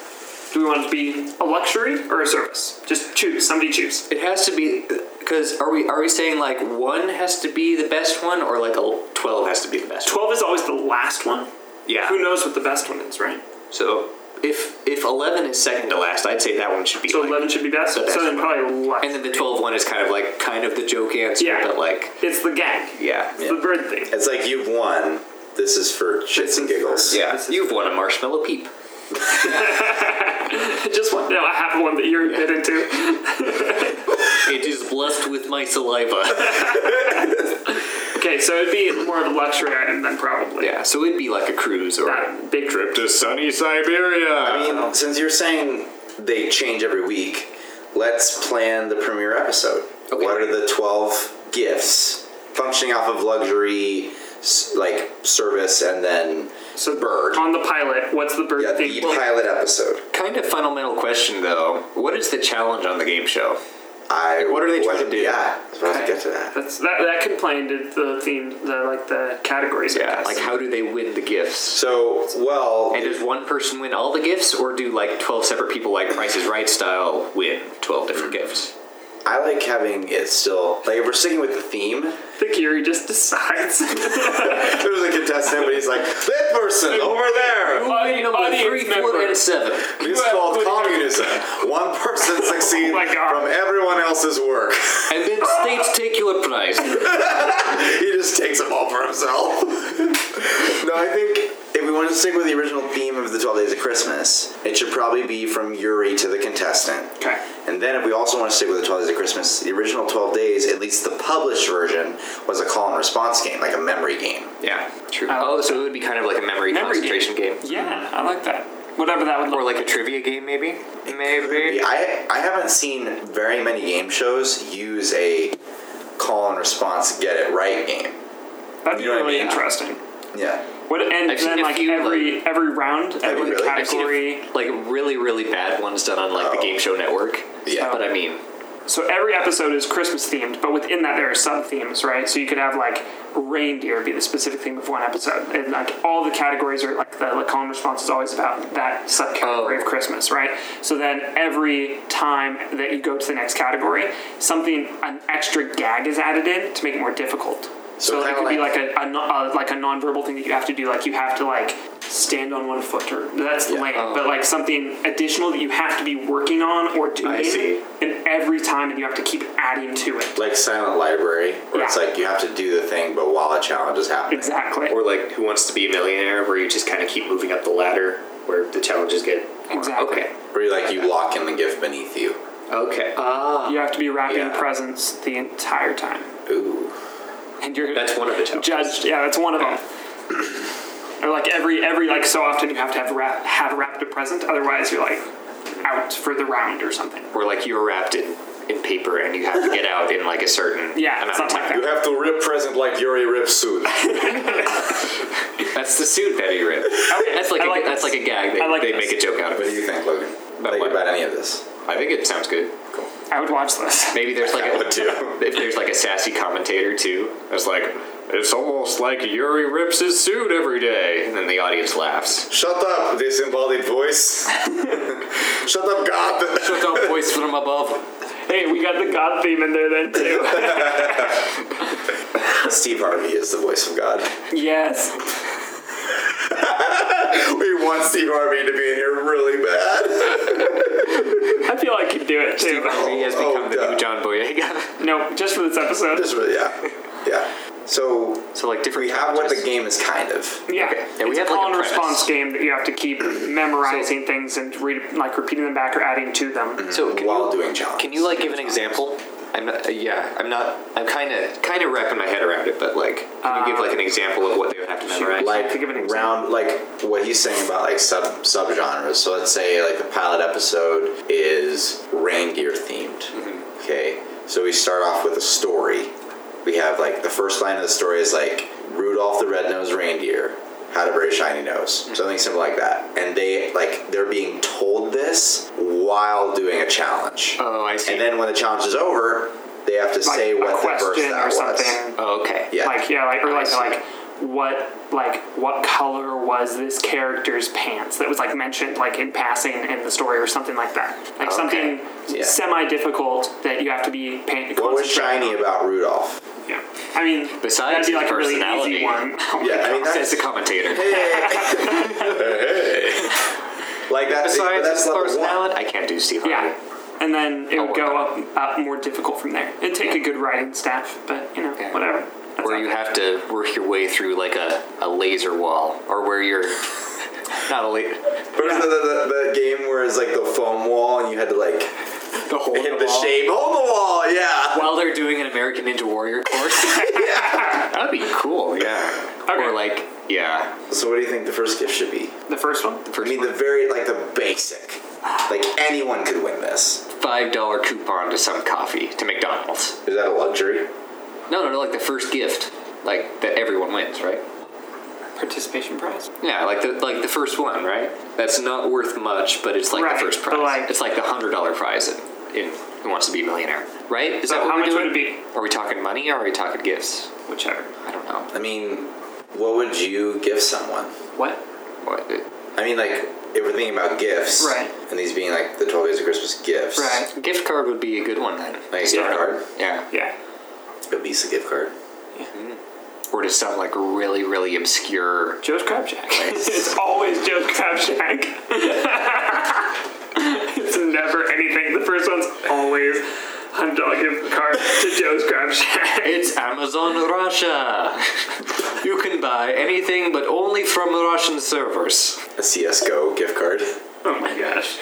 Speaker 3: Do we want it to be a luxury or a service? Just choose. Somebody choose.
Speaker 5: It has to be because are we are we saying like one has to be the best one or like a twelve has to be the best?
Speaker 3: Twelve is always the last one.
Speaker 5: Yeah.
Speaker 3: Who knows what the best one is, right?
Speaker 5: So if if eleven is second to last, I'd say that one should be.
Speaker 3: So
Speaker 5: like-
Speaker 3: eleven should be best.
Speaker 5: the
Speaker 3: So,
Speaker 5: best
Speaker 3: then
Speaker 5: one.
Speaker 3: probably luxury.
Speaker 5: and then the 12 one is kind of like kind of the joke answer,
Speaker 3: Yeah.
Speaker 5: but like
Speaker 3: it's the gang.
Speaker 5: yeah,
Speaker 3: It's the bird thing.
Speaker 2: It's like you've won. This is for shits and giggles.
Speaker 5: yeah. You've won a marshmallow peep.
Speaker 3: Just one. No, I have one that you're admitted to.
Speaker 5: It is blessed with my saliva.
Speaker 3: Okay, so it'd be more of a luxury item than probably.
Speaker 5: yeah, so it'd be like a cruise or
Speaker 3: That big trip.
Speaker 5: to sunny Siberia.
Speaker 2: I mean, since you're saying they change every week, let's plan the premiere episode.
Speaker 5: Okay.
Speaker 2: What are the 12 gifts functioning off of luxury, s- like service, and then
Speaker 3: So
Speaker 2: bird?
Speaker 3: on the pilot, what's the bird
Speaker 2: Yeah,
Speaker 3: thing?
Speaker 2: the pilot episode.
Speaker 5: kind of fundamental question though. What is the challenge on the game show?
Speaker 2: I
Speaker 5: what are they trying to
Speaker 2: wasn't-
Speaker 5: do?
Speaker 2: Yeah, I was about to get to that.
Speaker 3: That's that. That can play into the theme, the like the categories. I
Speaker 5: Yeah,
Speaker 3: guess.
Speaker 5: like how do they win the gifts?
Speaker 2: So, well,
Speaker 5: And does one person win all the gifts, or do like twelve separate people, like Price is Right style, win twelve different gifts?
Speaker 2: I like having it still. Like, if we're sticking with the theme,
Speaker 3: the Geary just decides.
Speaker 2: there's a contestant, but he's like, that person over there!
Speaker 3: Audi- audience member.
Speaker 5: seven.
Speaker 2: It's called communism. One person succeeds
Speaker 3: Oh my God.
Speaker 2: from everyone else's work.
Speaker 5: And then states take your prize.
Speaker 2: he just takes them all for himself. no, I think if we want to stick with the original theme of the 12 Days of Christmas, it should probably be from Yuri to the contestant.
Speaker 3: Okay.
Speaker 2: And then if we also want to stick with the 12 Days of Christmas, the original 12 Days, at least the published version, was a call and response game, like a memory game.
Speaker 5: Yeah, true.
Speaker 3: I like
Speaker 5: oh, so it would be kind of like a memory,
Speaker 3: Memory
Speaker 5: concentration game.
Speaker 3: Yeah, I like that. Whatever that would
Speaker 5: or
Speaker 3: look
Speaker 5: like a trivia game, maybe. Maybe.
Speaker 2: I, I haven't seen very many game shows use a call and response get it right game.
Speaker 3: That'd be
Speaker 2: you know what I
Speaker 3: really
Speaker 2: mean?
Speaker 3: interesting.
Speaker 2: Yeah.
Speaker 3: What and
Speaker 5: I've seen
Speaker 3: then
Speaker 5: a
Speaker 3: like
Speaker 5: few,
Speaker 3: every every round,
Speaker 2: you
Speaker 3: every
Speaker 2: really? I've
Speaker 5: I've seen a-
Speaker 3: category.
Speaker 5: like really, really bad ones done on like
Speaker 2: Oh.
Speaker 5: the game show network.
Speaker 2: Yeah.
Speaker 5: but I mean,
Speaker 3: So every episode is Christmas themed, but within that there are sub themes, right? So you could have like reindeer be the specific theme of one episode, and like all the categories are like the like, call and response is always about that subcategory
Speaker 5: Oh.
Speaker 3: of Christmas, right? So then every time that you go to the next category, something an extra gag is added in to make it more difficult. So, it
Speaker 2: kinda
Speaker 3: could be
Speaker 2: like-
Speaker 3: like a, a, non- uh, like a nonverbal thing that you have to do, like you have to like stand on one foot, or that's lame,
Speaker 6: uh-huh.
Speaker 3: but like something additional that you have to be working on or doing.
Speaker 2: I see.
Speaker 3: And every time, and you have to keep adding to it.
Speaker 2: Like Silent Library, where it's
Speaker 3: Yeah.
Speaker 2: like you have to do the thing, but while a challenge is happening.
Speaker 3: Exactly.
Speaker 6: Or like Who Wants to Be a Millionaire, where you just kind of keep moving up the ladder, where the challenges get more-
Speaker 3: Exactly.
Speaker 5: okay,
Speaker 2: Where you like you lock in the gift beneath you.
Speaker 5: okay.
Speaker 3: You have to be wrapping
Speaker 2: Yeah.
Speaker 3: presents the entire time,
Speaker 2: Ooh.
Speaker 3: and you're
Speaker 5: That's one of the challenges.
Speaker 3: judged. Yeah, that's one of them. or like every every like so often you have to have wrap, have wrapped a present, otherwise you're like out for the round or something.
Speaker 5: Where like you're wrapped in, in paper and you have to get out in like a certain
Speaker 3: Yeah,
Speaker 5: amount of
Speaker 3: something
Speaker 5: time.
Speaker 3: like that.
Speaker 2: have to rip present like Yuri rips suit.
Speaker 5: That's the suit that he ripped.
Speaker 2: Oh,
Speaker 5: That's like,
Speaker 3: I
Speaker 5: a,
Speaker 3: like
Speaker 5: that's
Speaker 3: this.
Speaker 5: like a gag. They,
Speaker 3: I like
Speaker 5: they
Speaker 3: this.
Speaker 5: make a joke out of
Speaker 2: what do
Speaker 5: it.
Speaker 2: you think, Logan?
Speaker 5: About
Speaker 2: like
Speaker 5: what?
Speaker 2: about any of this?
Speaker 5: I think it sounds good.
Speaker 3: I would watch this.
Speaker 5: Maybe there's like
Speaker 2: I would
Speaker 5: a
Speaker 2: too.
Speaker 5: if there's like a sassy commentator too. That's like it's almost like Yuri rips his suit every day, and then the audience laughs.
Speaker 2: Shut up, this embodied voice. Shut up, God.
Speaker 5: Shut up, voice from above.
Speaker 3: Hey, we got the God theme in there then too.
Speaker 2: Steve Harvey is the voice of God.
Speaker 3: yes.
Speaker 2: We want Steve Harvey to be in here really bad.
Speaker 3: I feel I could do it too.
Speaker 5: He has
Speaker 2: Oh,
Speaker 5: become the
Speaker 2: God.
Speaker 5: new John Boyega.
Speaker 3: No, just for this episode.
Speaker 2: Just really, yeah. Yeah. So,
Speaker 5: So, like, different
Speaker 2: we have what the
Speaker 5: challenges.
Speaker 2: game is kind of.
Speaker 3: Yeah,
Speaker 5: Okay. Yeah, we
Speaker 3: it's
Speaker 5: have,
Speaker 3: a
Speaker 5: like, a
Speaker 3: call and
Speaker 5: premise.
Speaker 3: response game that you have to keep memorizing things and re- like repeating them back or adding to them.
Speaker 5: So can
Speaker 2: While
Speaker 5: you,
Speaker 2: doing challenges.
Speaker 5: can you like give an example? I'm not, uh, yeah, I'm not. I'm kind of kind of wrapping my head around it, but like,
Speaker 6: Can you give like an example of what they would have to memorize?
Speaker 2: like
Speaker 3: To give an example.
Speaker 2: round like what he's saying about like sub subgenres. So let's say like the pilot episode is Reindeer themed. Okay, so we start off with a story. We have like the first line of the story is like Rudolph the Red-Nosed Reindeer had a very shiny nose, something simple like that. And they like they're being told this while doing a challenge.
Speaker 5: Oh, I see.
Speaker 2: And then when the challenge is over, they have to
Speaker 3: Like
Speaker 2: say
Speaker 3: a
Speaker 2: what the verse
Speaker 3: question
Speaker 2: that
Speaker 3: or
Speaker 2: was.
Speaker 3: something.
Speaker 5: oh, okay.
Speaker 2: Yeah.
Speaker 3: Like yeah, like or like
Speaker 5: see.
Speaker 3: like what like what color was this character's pants that was like mentioned like in passing in the story or something like that. Like something
Speaker 2: Yeah.
Speaker 3: semi difficult that you have to be paying.
Speaker 2: What was shiny about Rudolph?
Speaker 3: Yeah. I mean,
Speaker 5: Besides
Speaker 3: that'd be
Speaker 5: his
Speaker 3: like a really easy
Speaker 5: personality.
Speaker 3: one.
Speaker 2: Yeah, I mean that's
Speaker 5: As a commentator.
Speaker 2: Like that.
Speaker 5: Besides
Speaker 2: that's
Speaker 5: his
Speaker 2: level one.
Speaker 5: personality, I can't do Steve Harvey.
Speaker 3: Yeah. And then it would
Speaker 5: I'll work
Speaker 3: go
Speaker 5: on
Speaker 3: up, up more difficult from there. It'd take a good writing staff, but you know,
Speaker 5: Yeah.
Speaker 3: whatever. That's
Speaker 5: Where
Speaker 3: out
Speaker 5: you
Speaker 3: there.
Speaker 5: have to work your way through like a, a laser wall, or where you're not a la-
Speaker 2: But the, the, the, the game where it's like the foam wall and you had to like
Speaker 5: the whole
Speaker 2: hit the shape. Hold the wall, yeah.
Speaker 5: while they're doing an American Ninja Warrior course. That'd be cool. Yeah.
Speaker 3: Okay.
Speaker 5: Or like, yeah.
Speaker 2: So what do you think the first gift should be?
Speaker 3: the first one.
Speaker 2: I mean the very like the basic. Like anyone could win this.
Speaker 5: five dollar coupon to some coffee to McDonald's.
Speaker 2: Is that a luxury?
Speaker 5: No, no, no, like the first gift, like that everyone wins, right?
Speaker 3: Participation prize.
Speaker 5: Yeah, like the like the first one, right? That's not worth much, but it's like
Speaker 3: Right,
Speaker 5: the first
Speaker 3: but
Speaker 5: prize.
Speaker 3: like-
Speaker 5: it's like the hundred dollar prize in, in Who Wants to Be a Millionaire, right? Is
Speaker 3: So
Speaker 5: that what
Speaker 3: how
Speaker 5: we're
Speaker 3: much
Speaker 5: doing?
Speaker 3: would it be?
Speaker 5: Are we talking money or are we talking gifts?
Speaker 3: Whichever.
Speaker 5: I don't know.
Speaker 2: I mean, what would you give someone?
Speaker 3: What?
Speaker 5: What?
Speaker 2: I mean like if we're thinking about gifts
Speaker 3: Right.
Speaker 2: and these being like the twelve days of Christmas gifts.
Speaker 3: Right.
Speaker 5: Gift card would be a good one then.
Speaker 2: Like a gift card.
Speaker 5: Yeah.
Speaker 3: Yeah.
Speaker 2: A Visa gift card.
Speaker 5: Or to some like really really obscure.
Speaker 3: Joe's Crab Shack. it's always Joe's Crab Shack. it's never anything. The first one's always hundred dollar gift card to Joe's Crab Shack.
Speaker 5: It's Amazon Russia. you can buy anything, but only from Russian servers.
Speaker 2: A CSGO gift card.
Speaker 3: Oh my gosh.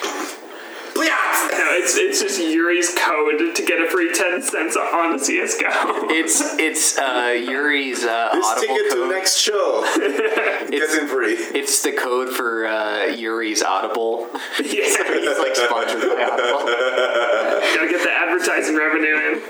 Speaker 2: Blyat!
Speaker 3: No, it's it's just Yuri's code to get a free ten cents on a CS:GO.
Speaker 5: It's it's uh, Yuri's uh,
Speaker 2: This
Speaker 5: audible
Speaker 2: ticket to
Speaker 5: code.
Speaker 2: the next show. Gets in free.
Speaker 5: it's the code for uh, Yuri's audible.
Speaker 3: yeah.
Speaker 5: it's like sponsored by Audible.
Speaker 3: Gotta get the advertising revenue in.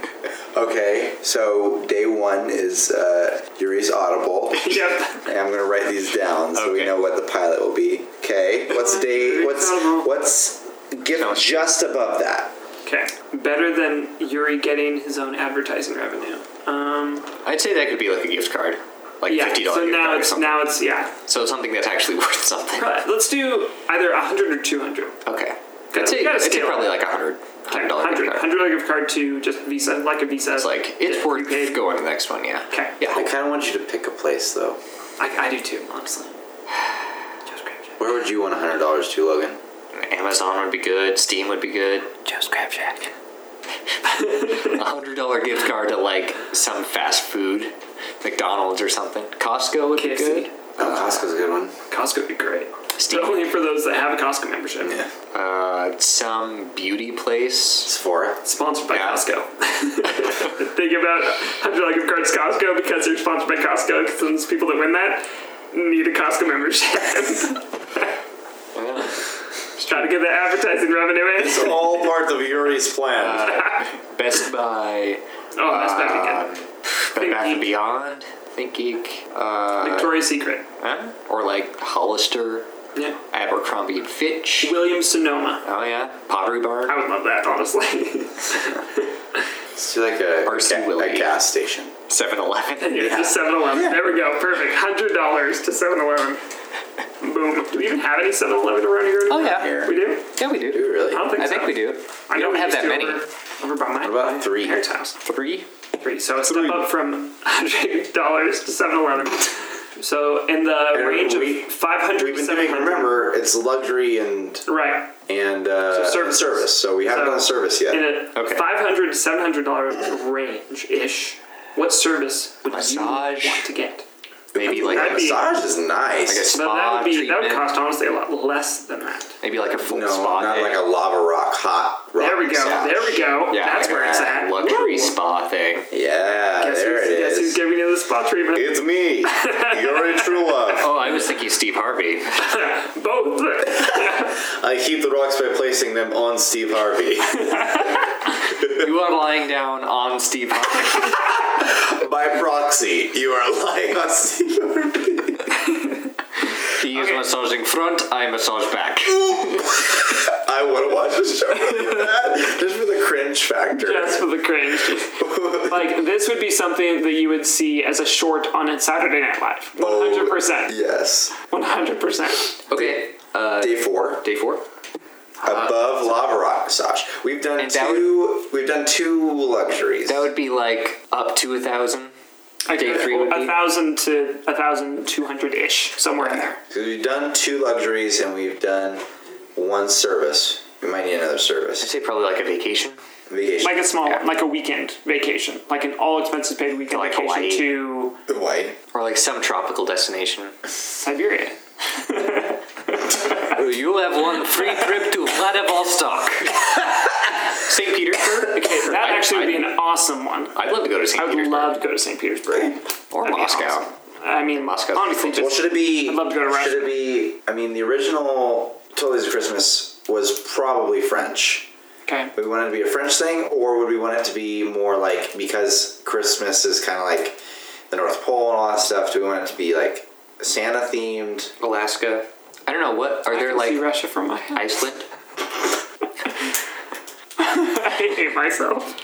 Speaker 2: Okay, so day one is uh, Yuri's Audible.
Speaker 3: Yep.
Speaker 2: And I'm gonna write these down so we
Speaker 5: Okay.
Speaker 2: know what the pilot will be. Okay, what's day? What's what's gift just above that?
Speaker 3: Okay. Better than Yuri getting his own advertising revenue. Um,
Speaker 5: I'd say that could be like a gift card, like
Speaker 3: yeah.
Speaker 5: fifty dollars.
Speaker 3: So now
Speaker 5: card or
Speaker 3: it's
Speaker 5: something.
Speaker 3: now it's yeah.
Speaker 5: so something that's actually worth something.
Speaker 3: But let's do either hundred or two hundred.
Speaker 5: Okay,
Speaker 3: Gotta-
Speaker 5: I'd say,
Speaker 3: gotta
Speaker 5: I'd say
Speaker 3: scale
Speaker 5: probably
Speaker 3: it.
Speaker 5: like a hundred. Hundred dollar gift
Speaker 3: Hundred.
Speaker 5: card.
Speaker 3: Hundred dollar gift card to just Visa, like a Visa.
Speaker 5: It's like it's worth going to the next one. Yeah.
Speaker 3: Okay.
Speaker 5: Yeah.
Speaker 2: I kind of want you to pick a place though.
Speaker 3: I, I do too, honestly. Joe's Crab Shack.
Speaker 2: Where would you want hundred dollars to, Logan?
Speaker 5: Amazon would be good. Steam would be good.
Speaker 3: Joe's Crab Shack.
Speaker 5: A hundred dollar gift card to like some fast food, McDonald's or something. Costco would be
Speaker 3: KFC.
Speaker 5: good.
Speaker 2: Oh, Costco's a good one.
Speaker 3: Costco would be great.
Speaker 5: Steam.
Speaker 3: Definitely for those that have a Costco membership.
Speaker 2: Yeah,
Speaker 5: Uh, some beauty place.
Speaker 2: Sephora.
Speaker 3: Sponsored by
Speaker 5: Yeah.
Speaker 3: Costco. Think about hundred dollar gift cards Costco because they're sponsored by Costco. Because those people that win that need a Costco membership. Just trying to get the advertising revenue in.
Speaker 2: It's all part of Yuri's plan.
Speaker 5: Best Buy.
Speaker 3: Oh, that's bad
Speaker 5: Um,
Speaker 3: again.
Speaker 5: Bed
Speaker 3: Think
Speaker 5: Bath
Speaker 3: Geek.
Speaker 5: and Beyond. Think Geek. Uh,
Speaker 3: Victoria's Secret.
Speaker 5: huh? Or like Hollister,
Speaker 3: Yeah.
Speaker 5: Abercrombie and Fitch.
Speaker 3: Williams Sonoma.
Speaker 5: Oh yeah, Pottery
Speaker 3: I
Speaker 5: Barn.
Speaker 3: would love that, honestly.
Speaker 2: It's like a,
Speaker 5: RC
Speaker 2: a
Speaker 5: Willie.
Speaker 2: gas station.
Speaker 5: 7-Eleven.
Speaker 3: Here's the 7 Eleven. There we go. Perfect. $100 to 7 Eleven. Boom. Do we even have any 7 Eleven around here? anymore?
Speaker 5: yeah.
Speaker 2: Here.
Speaker 3: We do?
Speaker 5: Yeah, we
Speaker 2: Do we
Speaker 5: do.
Speaker 2: really?
Speaker 3: I don't think
Speaker 5: I
Speaker 3: so.
Speaker 5: think we do.
Speaker 3: I
Speaker 5: We
Speaker 3: know
Speaker 5: don't
Speaker 3: we
Speaker 5: have
Speaker 3: used
Speaker 5: that
Speaker 3: to
Speaker 5: many.
Speaker 3: Over, over by my
Speaker 2: What about three?
Speaker 3: parents' house.
Speaker 5: Three.
Speaker 3: Three. So a step up from $100 to 7 Eleven. So in the
Speaker 2: And
Speaker 3: range
Speaker 2: we-
Speaker 3: of 500
Speaker 2: We've
Speaker 3: to
Speaker 2: been
Speaker 3: 700.
Speaker 2: doing. Remember, it's luxury and
Speaker 3: Right.
Speaker 2: and uh,
Speaker 3: So service.
Speaker 2: service. So we haven't
Speaker 3: So-
Speaker 2: done service yet.
Speaker 3: in a
Speaker 5: Okay.
Speaker 3: five hundred to seven hundred dollar range ish. What service would
Speaker 5: Massage.
Speaker 3: you want to get?
Speaker 5: Maybe like
Speaker 3: That'd
Speaker 5: a,
Speaker 3: be-
Speaker 2: Massage is
Speaker 5: like a
Speaker 2: nice.
Speaker 3: But
Speaker 5: spa
Speaker 3: that would be that would
Speaker 5: treatment.
Speaker 3: cost honestly a lot less than that.
Speaker 5: Maybe like a full
Speaker 2: No,
Speaker 5: spa.
Speaker 2: not
Speaker 5: day.
Speaker 2: like a lava rock hot rock.
Speaker 3: There we go.
Speaker 2: massage.
Speaker 3: There we go.
Speaker 5: yeah,
Speaker 3: That's
Speaker 5: like
Speaker 3: where
Speaker 5: a
Speaker 3: it's at.
Speaker 5: Luxury
Speaker 3: Woo.
Speaker 5: spa thing.
Speaker 2: Yeah,
Speaker 3: Guess
Speaker 2: there
Speaker 3: who's,
Speaker 2: it
Speaker 3: guess who's
Speaker 2: is.
Speaker 3: giving you the spot treatment?
Speaker 2: It's me, your true love.
Speaker 5: Oh, I was thinking Steve Harvey.
Speaker 3: Both.
Speaker 2: I keep the rocks by placing them on Steve Harvey.
Speaker 5: you are lying down on Steve Harvey.
Speaker 2: by proxy, you are lying on Steve Harvey.
Speaker 5: He is massaging front, I massage back.
Speaker 2: I want to watch this show really bad, just for the cringe factor.
Speaker 3: Just for the cringe. like this would be something that you would see as a short on a Saturday Night Live.
Speaker 5: Oh,
Speaker 3: One hundred percent.
Speaker 2: Oh, Yes.
Speaker 3: One hundred percent.
Speaker 5: Okay, uh,
Speaker 2: Day four.
Speaker 5: day four.
Speaker 2: above lava rock massage. We've done
Speaker 5: And that
Speaker 2: two. We've done two luxuries.
Speaker 5: That would be like up to a thousand. Day three would
Speaker 3: a
Speaker 5: be.
Speaker 3: thousand to a thousand two hundred ish, somewhere in there.
Speaker 2: 'Cause we've done two luxuries and we've done one service. We might need another
Speaker 5: I'd
Speaker 2: service.
Speaker 5: say probably like a vacation.
Speaker 2: Vacation.
Speaker 3: Like a small, like a weekend vacation, like an all expenses paid weekend
Speaker 5: Like
Speaker 3: vacation
Speaker 5: Hawaii.
Speaker 3: to
Speaker 2: Hawaii.
Speaker 5: Or like some tropical destination.
Speaker 3: Siberia.
Speaker 5: You have one free trip to Vladivostok. St. Petersburg? Okay,
Speaker 3: That actually would be an awesome one.
Speaker 5: I'd love to go to St.
Speaker 3: I would
Speaker 5: Petersburg.
Speaker 3: love to go to St. Petersburg.
Speaker 5: or
Speaker 3: That'd be
Speaker 5: Moscow.
Speaker 3: awesome. I mean,
Speaker 5: Moscow's
Speaker 3: honestly,
Speaker 5: beautiful.
Speaker 2: Well,
Speaker 3: just
Speaker 2: should it be?
Speaker 3: I'd love to go to Russia.
Speaker 2: Should it be? I mean, the original Twelve Days of Christmas was probably French.
Speaker 3: okay.
Speaker 2: Would we want it to be a French thing, or would we want it to be more like because Christmas is kind of like the North Pole and all that stuff? Do we want it to be like Santa themed?
Speaker 5: Alaska. I don't know what are
Speaker 3: I
Speaker 5: there
Speaker 3: can see
Speaker 5: like
Speaker 3: Russia from my house.
Speaker 5: Iceland?
Speaker 3: I hate myself.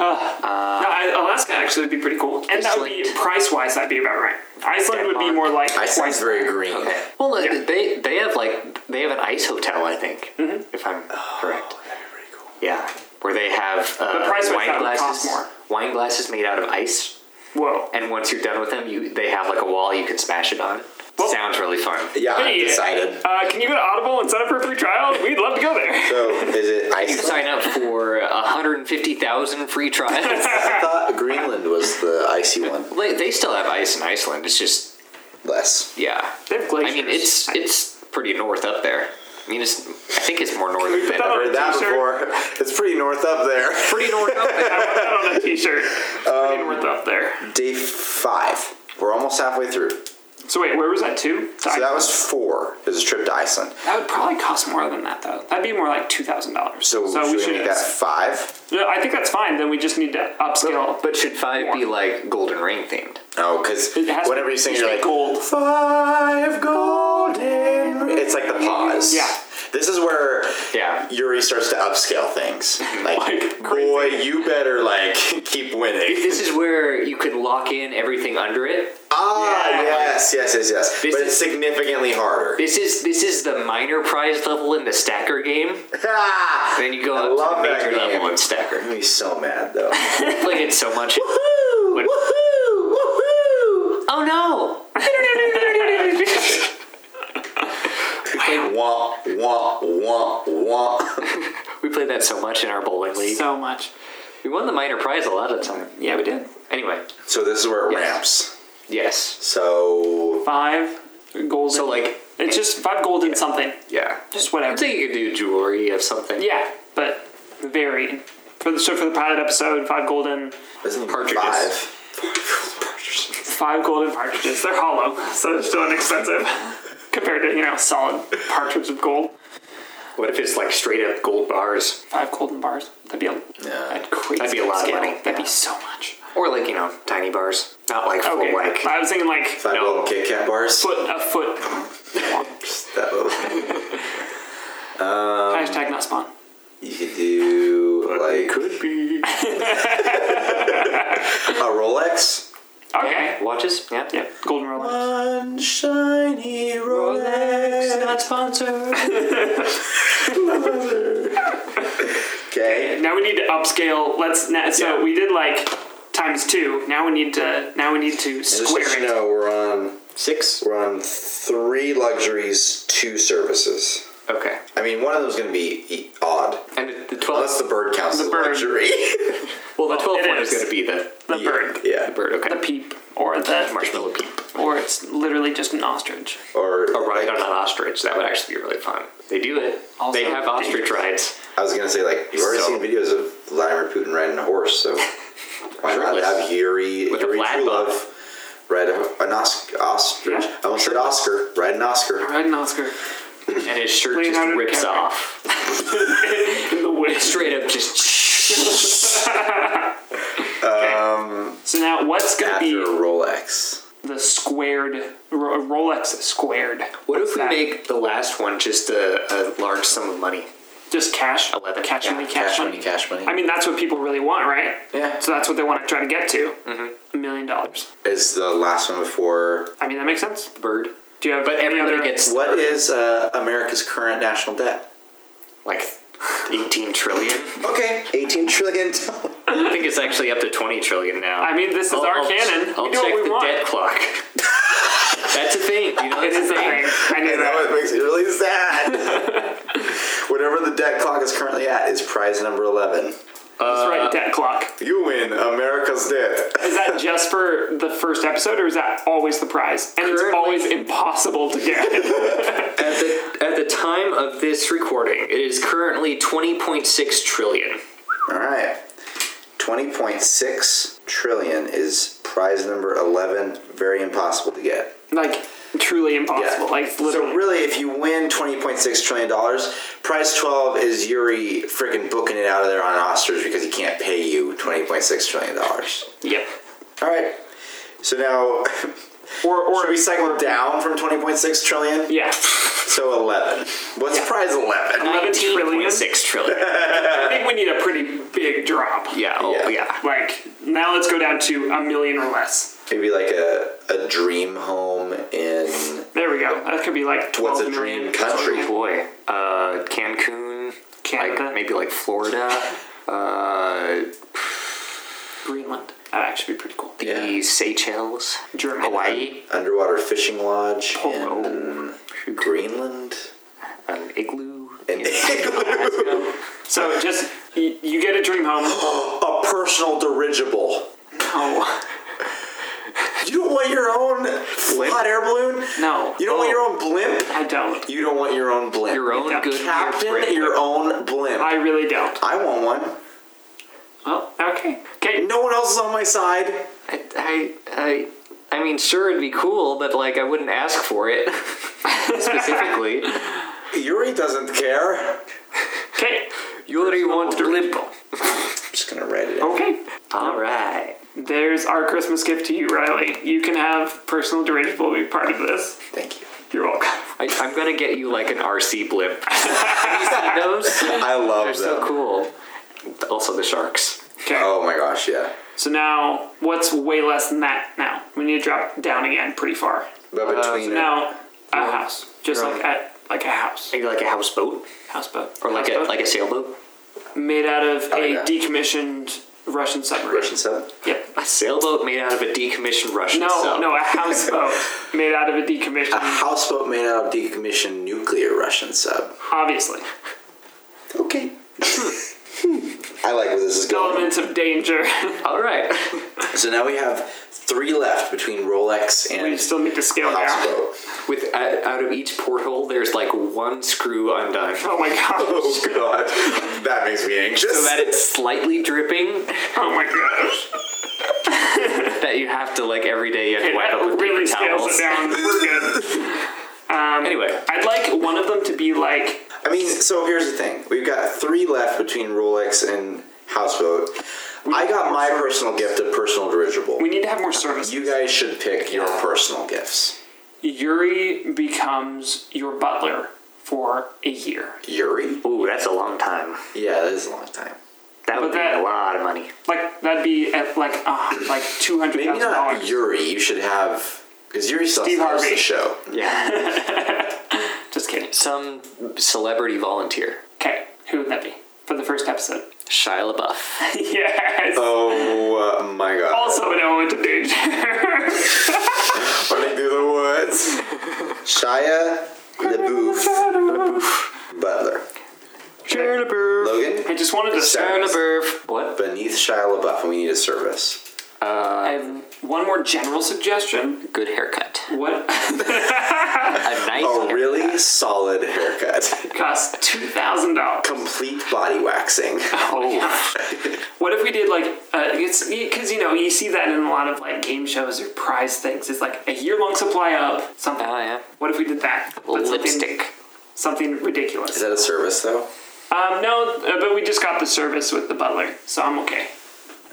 Speaker 3: uh, no, I- Alaska actually would be pretty cool, and that would be
Speaker 5: Iceland.
Speaker 3: price wise, that'd be about right. Iceland would be
Speaker 5: Denmark.
Speaker 3: more like
Speaker 2: Iceland's
Speaker 3: twice.
Speaker 2: very green.
Speaker 5: Well, no, they they have like they have an ice hotel, I think,
Speaker 3: Mm-hmm.
Speaker 5: if I'm
Speaker 3: Oh.
Speaker 5: correct. Yeah, where they have uh,
Speaker 3: price was
Speaker 5: wine
Speaker 3: that would
Speaker 5: glasses,
Speaker 3: cost more.
Speaker 5: wine glasses made out of ice,
Speaker 3: Whoa.
Speaker 5: and once you're done with them, you they have like a wall you can smash it on.
Speaker 3: Well-
Speaker 5: Sounds really fun.
Speaker 2: Yeah, I'm
Speaker 3: Hey,
Speaker 2: decided.
Speaker 3: Uh, can you go to Audible and sign up for a free trial? We'd love to go there.
Speaker 2: So is it
Speaker 5: You can
Speaker 2: Iceland?
Speaker 5: sign up for 150,000 free trials.
Speaker 2: I thought Greenland was the icy one.
Speaker 5: They- they still have ice in Iceland. It's just
Speaker 2: Less.
Speaker 5: yeah.
Speaker 3: They have
Speaker 5: I mean,
Speaker 3: glaciers.
Speaker 5: it's it's pretty north up there. I mean, it's I think it's more northern than
Speaker 3: That-
Speaker 2: Heard that
Speaker 3: T-shirt?
Speaker 2: before. It's pretty north up there.
Speaker 5: pretty north up there.
Speaker 3: I want that on a T-shirt.
Speaker 5: Um,
Speaker 3: Pretty north up there.
Speaker 2: Day five. We're almost halfway through.
Speaker 3: So wait, where was that two?
Speaker 2: So that was four. It was a trip to Iceland.
Speaker 3: That would probably cost more than that, though. That'd be more like two thousand dollars.
Speaker 2: So, should we make that five?
Speaker 3: No, I think that's fine. Then we just need to upscale.
Speaker 5: But should five be like Golden Ring themed?
Speaker 2: Oh, because
Speaker 3: It has to
Speaker 2: whenever
Speaker 3: be-
Speaker 2: you sing,
Speaker 3: it
Speaker 2: you're
Speaker 3: should be
Speaker 2: like
Speaker 3: gold.
Speaker 2: five golden. ri-" It's like the pause.
Speaker 3: Yeah.
Speaker 2: This is where
Speaker 5: Yeah.
Speaker 2: Yuri starts to upscale things. Like,
Speaker 3: Like crazy.
Speaker 2: boy, you better like keep winning.
Speaker 5: This is where you could lock in everything under it.
Speaker 2: Ah,
Speaker 3: Yeah.
Speaker 2: yes, yes, yes, yes.
Speaker 5: This
Speaker 2: but
Speaker 5: is-
Speaker 2: it's significantly harder.
Speaker 5: This is this is the minor prize level in the stacker game.
Speaker 2: Ah!
Speaker 5: Then you go
Speaker 2: I
Speaker 5: up
Speaker 2: love
Speaker 5: to the
Speaker 2: that
Speaker 5: major
Speaker 2: game.
Speaker 5: level in stacker.
Speaker 2: I'm gonna be so mad though.
Speaker 5: I played it so much.
Speaker 2: woohoo! Woohoo!
Speaker 5: Oh no!
Speaker 2: Woohoo! Wah wah wah wah.
Speaker 5: We played that so much in our bowling league.
Speaker 3: So much.
Speaker 5: we won the minor prize a lot of the time.
Speaker 3: Yeah, we did.
Speaker 5: Anyway,
Speaker 2: So this is where it
Speaker 5: Yes.
Speaker 2: ramps.
Speaker 5: yes.
Speaker 2: So
Speaker 3: Five golden.
Speaker 5: So like,
Speaker 3: it's just five golden something.
Speaker 5: yeah.
Speaker 3: Just whatever.
Speaker 5: I think you could do jewelry of something.
Speaker 3: yeah, but varying. For the so for the pilot episode, five golden,
Speaker 2: isn't it
Speaker 5: Partridges.
Speaker 2: five?
Speaker 3: five golden partridges. They're hollow, so they're still inexpensive compared to you know solid partridge of gold.
Speaker 5: What if it's like straight up gold bars?
Speaker 3: Five golden bars. That'd be a
Speaker 2: Yeah.
Speaker 3: that'd crazy.
Speaker 5: That'd be a lot of
Speaker 3: scale.
Speaker 5: money,
Speaker 3: That'd be so much.
Speaker 5: Or like you know, tiny bars. Not like full
Speaker 3: Okay,
Speaker 5: like.
Speaker 3: I was thinking like
Speaker 2: Five
Speaker 5: No.
Speaker 2: little Kit Kat bars.
Speaker 3: foot a foot.
Speaker 5: Um,
Speaker 2: That little-
Speaker 3: Hashtag not spawn.
Speaker 2: you could do like
Speaker 5: Could be.
Speaker 2: a Rolex.
Speaker 3: Okay.
Speaker 5: Watches? Yeah.
Speaker 3: Yeah, golden Rolex.
Speaker 2: One shiny Rolex.
Speaker 5: Not sponsored.
Speaker 2: Okay.
Speaker 3: Now we need to upscale. Let's now, so
Speaker 2: Yeah.
Speaker 3: we did like times two. Now we need to now we need to
Speaker 2: Just
Speaker 3: square
Speaker 2: let you
Speaker 3: it.
Speaker 2: know we're on
Speaker 5: Six.
Speaker 2: we're on three luxuries, two services.
Speaker 5: Okay.
Speaker 2: I mean, one of them's going to be e- odd.
Speaker 5: And the
Speaker 2: Unless
Speaker 5: twelfth.
Speaker 2: the bird counts as a
Speaker 3: bird.
Speaker 2: luxury.
Speaker 5: Well, the
Speaker 3: Well,
Speaker 5: twelfth
Speaker 3: Oh, it
Speaker 5: one is
Speaker 3: is.
Speaker 5: going to be the
Speaker 3: The bird.
Speaker 5: yeah, the bird. Okay,
Speaker 3: The peep or the
Speaker 5: marshmallow peep.
Speaker 3: Or it's literally just an ostrich.
Speaker 2: Or
Speaker 3: Oh,
Speaker 5: A ride on an ostrich that would actually be really fun. They do it.
Speaker 3: Also
Speaker 5: they have ostrich
Speaker 3: dangerous.
Speaker 5: rides.
Speaker 2: I was gonna say like you've already
Speaker 5: So-
Speaker 2: seen videos of Vladimir Putin riding a horse, so why not
Speaker 5: Shirtless.
Speaker 2: have Yuri
Speaker 5: With a
Speaker 2: Yuri
Speaker 5: Vlad
Speaker 2: Trulov
Speaker 5: buff.
Speaker 2: ride a, an os- ostrich?
Speaker 3: Yeah.
Speaker 2: I almost said Oscar. Ride an Oscar.
Speaker 3: Right, an Oscar.
Speaker 5: and his shirt
Speaker 3: Leonardo
Speaker 5: just rips
Speaker 3: DiCaprio.
Speaker 5: off.
Speaker 3: In the wind.
Speaker 5: Straight up, just
Speaker 3: So now what's going to
Speaker 2: After
Speaker 3: be
Speaker 2: Rolex.
Speaker 3: the squared, Ro- Rolex squared?
Speaker 5: What
Speaker 3: What's
Speaker 5: if we
Speaker 3: that?
Speaker 5: make the last one just a, a large sum of money?
Speaker 3: Just cash?
Speaker 5: Eleven.
Speaker 3: Cash
Speaker 5: Yeah,
Speaker 3: money, cash, money.
Speaker 7: cash money.
Speaker 3: I mean, that's what people really want, right?
Speaker 5: Yeah.
Speaker 3: So that's what they want to try to get to. Mm-hmm. A million dollars.
Speaker 2: Is the last one before
Speaker 3: I mean, that makes sense.
Speaker 5: Bird.
Speaker 3: Do you have
Speaker 5: But
Speaker 3: any
Speaker 5: everybody
Speaker 3: other-
Speaker 5: gets
Speaker 2: what is uh, America's current national debt?
Speaker 5: like eighteen trillion.
Speaker 2: Okay, eighteen trillion.
Speaker 5: I think it's actually up to twenty trillion now.
Speaker 3: I mean, this is our canon.
Speaker 5: I'll
Speaker 3: we do
Speaker 5: check
Speaker 3: what we
Speaker 5: the
Speaker 3: want.
Speaker 5: debt clock. That's a thing. You know,
Speaker 3: It
Speaker 5: that's
Speaker 3: is
Speaker 5: a
Speaker 3: the
Speaker 5: thing.
Speaker 3: thing. I knew
Speaker 2: And that
Speaker 3: that.
Speaker 2: one makes me really sad. Whatever the debt clock is currently at is prize number eleven. Uh,
Speaker 3: That's right, debt clock.
Speaker 2: You win America's debt.
Speaker 3: Is that just for the first episode, or is that always the prize? And it's
Speaker 5: Currently-
Speaker 3: always impossible to get.
Speaker 5: At the, at the time of this recording, it is currently twenty point six trillion.
Speaker 2: All right. 20.6 trillion is prize number 11, very impossible to get.
Speaker 3: like, truly impossible. Like, literally.
Speaker 2: So really if you win 20.6 trillion dollars, prize 12 is Yuri freaking booking it out of there on ostrich because he can't pay you 20.6 trillion dollars.
Speaker 3: yep.
Speaker 2: All right. So now
Speaker 3: Or, or
Speaker 2: should we cycle down from 20.6 trillion?
Speaker 3: yeah.
Speaker 2: So 11. What's prize 11?
Speaker 3: 11 trillion.
Speaker 5: Six trillion.
Speaker 3: I think we need a pretty big drop.
Speaker 5: Yeah. Oh,
Speaker 2: Yeah.
Speaker 5: yeah.
Speaker 3: Like, now let's go down to a million or less.
Speaker 2: Maybe like a a dream home in
Speaker 3: There we go. That could be like twelve
Speaker 2: what's a
Speaker 3: million.
Speaker 2: dream country?
Speaker 5: Boy, uh, Cancun.
Speaker 3: Canada.
Speaker 5: Like maybe like Florida. Uh,
Speaker 3: Greenland. That'd actually be pretty cool.
Speaker 5: the
Speaker 2: Yeah.
Speaker 5: Seychelles,
Speaker 3: Germany. Oh,
Speaker 5: Hawaii,
Speaker 2: underwater fishing lodge
Speaker 3: Polo.
Speaker 2: in Greenland.
Speaker 5: an igloo.
Speaker 2: And
Speaker 3: So just y- you get a dream home.
Speaker 2: a personal dirigible.
Speaker 3: No,
Speaker 2: You don't want your own hot air balloon.
Speaker 3: no.
Speaker 2: You don't want your own blimp.
Speaker 3: I don't.
Speaker 2: You don't want your own blimp.
Speaker 5: Your own good
Speaker 2: Captain your own blimp.
Speaker 3: I
Speaker 2: I,
Speaker 3: really don't.
Speaker 2: want one.
Speaker 3: Well, okay. Okay.
Speaker 2: No one else is on my side.
Speaker 5: I, I, I, I mean, sure, it'd be cool, but like, I wouldn't ask for it specifically.
Speaker 2: Yuri doesn't care. I'm
Speaker 3: Okay.
Speaker 5: you already want to live.
Speaker 2: just gonna write it. Out.
Speaker 3: Okay.
Speaker 5: All right.
Speaker 3: There's our Christmas gift to you, Riley. You can have personal dirigible be part of this.
Speaker 2: Thank you.
Speaker 3: You're welcome.
Speaker 5: I, I'm gonna get you like an RC blimp. Have you seen those?
Speaker 2: I love them.
Speaker 5: They're so cool. Also, the sharks.
Speaker 3: Okay.
Speaker 2: Oh my gosh, yeah.
Speaker 3: So now, what's way less than that? Now we need to drop down again, pretty far.
Speaker 2: But between
Speaker 3: Now a house, just like a like a house,
Speaker 5: Maybe like a houseboat
Speaker 3: houseboat,
Speaker 5: or like a
Speaker 3: Houseboat?
Speaker 5: like a Oh, sailboat.
Speaker 3: made out of a
Speaker 2: yeah.
Speaker 3: decommissioned Russian submarine.
Speaker 2: Russian sub,
Speaker 3: Yep.
Speaker 5: A sailboat made out of a decommissioned Russian
Speaker 3: No,
Speaker 5: sub.
Speaker 3: no, a houseboat made out of a
Speaker 2: a
Speaker 3: decommissioned,
Speaker 2: houseboat made out of decommissioned nuclear Russian sub.
Speaker 3: obviously.
Speaker 2: Okay. I like where this is going.
Speaker 3: Elements of danger.
Speaker 5: All right.
Speaker 2: So now we have three left between Rolex and
Speaker 3: we still need to scale down.
Speaker 2: houseboat.
Speaker 5: With out out of each porthole, there's like one screw undone.
Speaker 3: Oh my gosh.
Speaker 2: Oh god, that makes me anxious.
Speaker 5: So that it's slightly dripping.
Speaker 3: Oh my gosh.
Speaker 5: That you have to like every day you have to
Speaker 3: It
Speaker 5: wipe up with
Speaker 3: really
Speaker 5: paper
Speaker 3: scales it
Speaker 5: towels.
Speaker 3: down. We're good.
Speaker 5: Anyway,
Speaker 3: I'd like one of them to be like,
Speaker 2: I mean, so here's the thing: we've got three left between Rolex and houseboat. I got my personal gift, a personal dirigible.
Speaker 3: we need to have more service.
Speaker 2: You guys should pick your personal gifts.
Speaker 3: Yuri becomes your butler for a year.
Speaker 2: Yuri.
Speaker 5: ooh, that's a long time.
Speaker 2: Yeah, that is a long time.
Speaker 5: That would be
Speaker 3: that-
Speaker 5: a lot of money.
Speaker 3: Like that'd be at like uh, like two hundred
Speaker 2: Maybe
Speaker 3: thousand
Speaker 2: not
Speaker 3: dollars.
Speaker 2: Yuri. You should have because Yuri still
Speaker 3: Steve
Speaker 2: has
Speaker 3: Harvey.
Speaker 2: the show.
Speaker 5: Yeah.
Speaker 3: Just kidding.
Speaker 5: Some celebrity volunteer,
Speaker 3: Okay, who would that be for the first episode?
Speaker 5: Shia LaBeouf.
Speaker 3: yes.
Speaker 2: Oh uh, my god!
Speaker 3: also an element of danger.
Speaker 2: Running through the woods. Shia LaBeouf Butler.
Speaker 3: Shia LaBeouf.
Speaker 2: Logan.
Speaker 3: I just wanted to
Speaker 2: Sarah.
Speaker 3: say
Speaker 5: Shia LaBeouf. What?
Speaker 2: Beneath Shia LaBeouf, and we need a service.
Speaker 3: I have one more general suggestion.
Speaker 5: Good haircut.
Speaker 3: What
Speaker 5: A nice
Speaker 2: A
Speaker 5: haircut.
Speaker 2: really solid haircut.
Speaker 3: costs two thousand dollars?
Speaker 2: Complete body waxing.
Speaker 3: What if we did like uh, it's because you know you see that in a lot of like game shows or prize things. It's like a year long supply of something.
Speaker 5: Oh, yeah.
Speaker 3: What if we did that? But something-
Speaker 5: Lipstick.
Speaker 3: Something, ridiculous.
Speaker 2: Is that a service though?
Speaker 3: um, no, uh, but we just got the service with the butler, so I'm okay.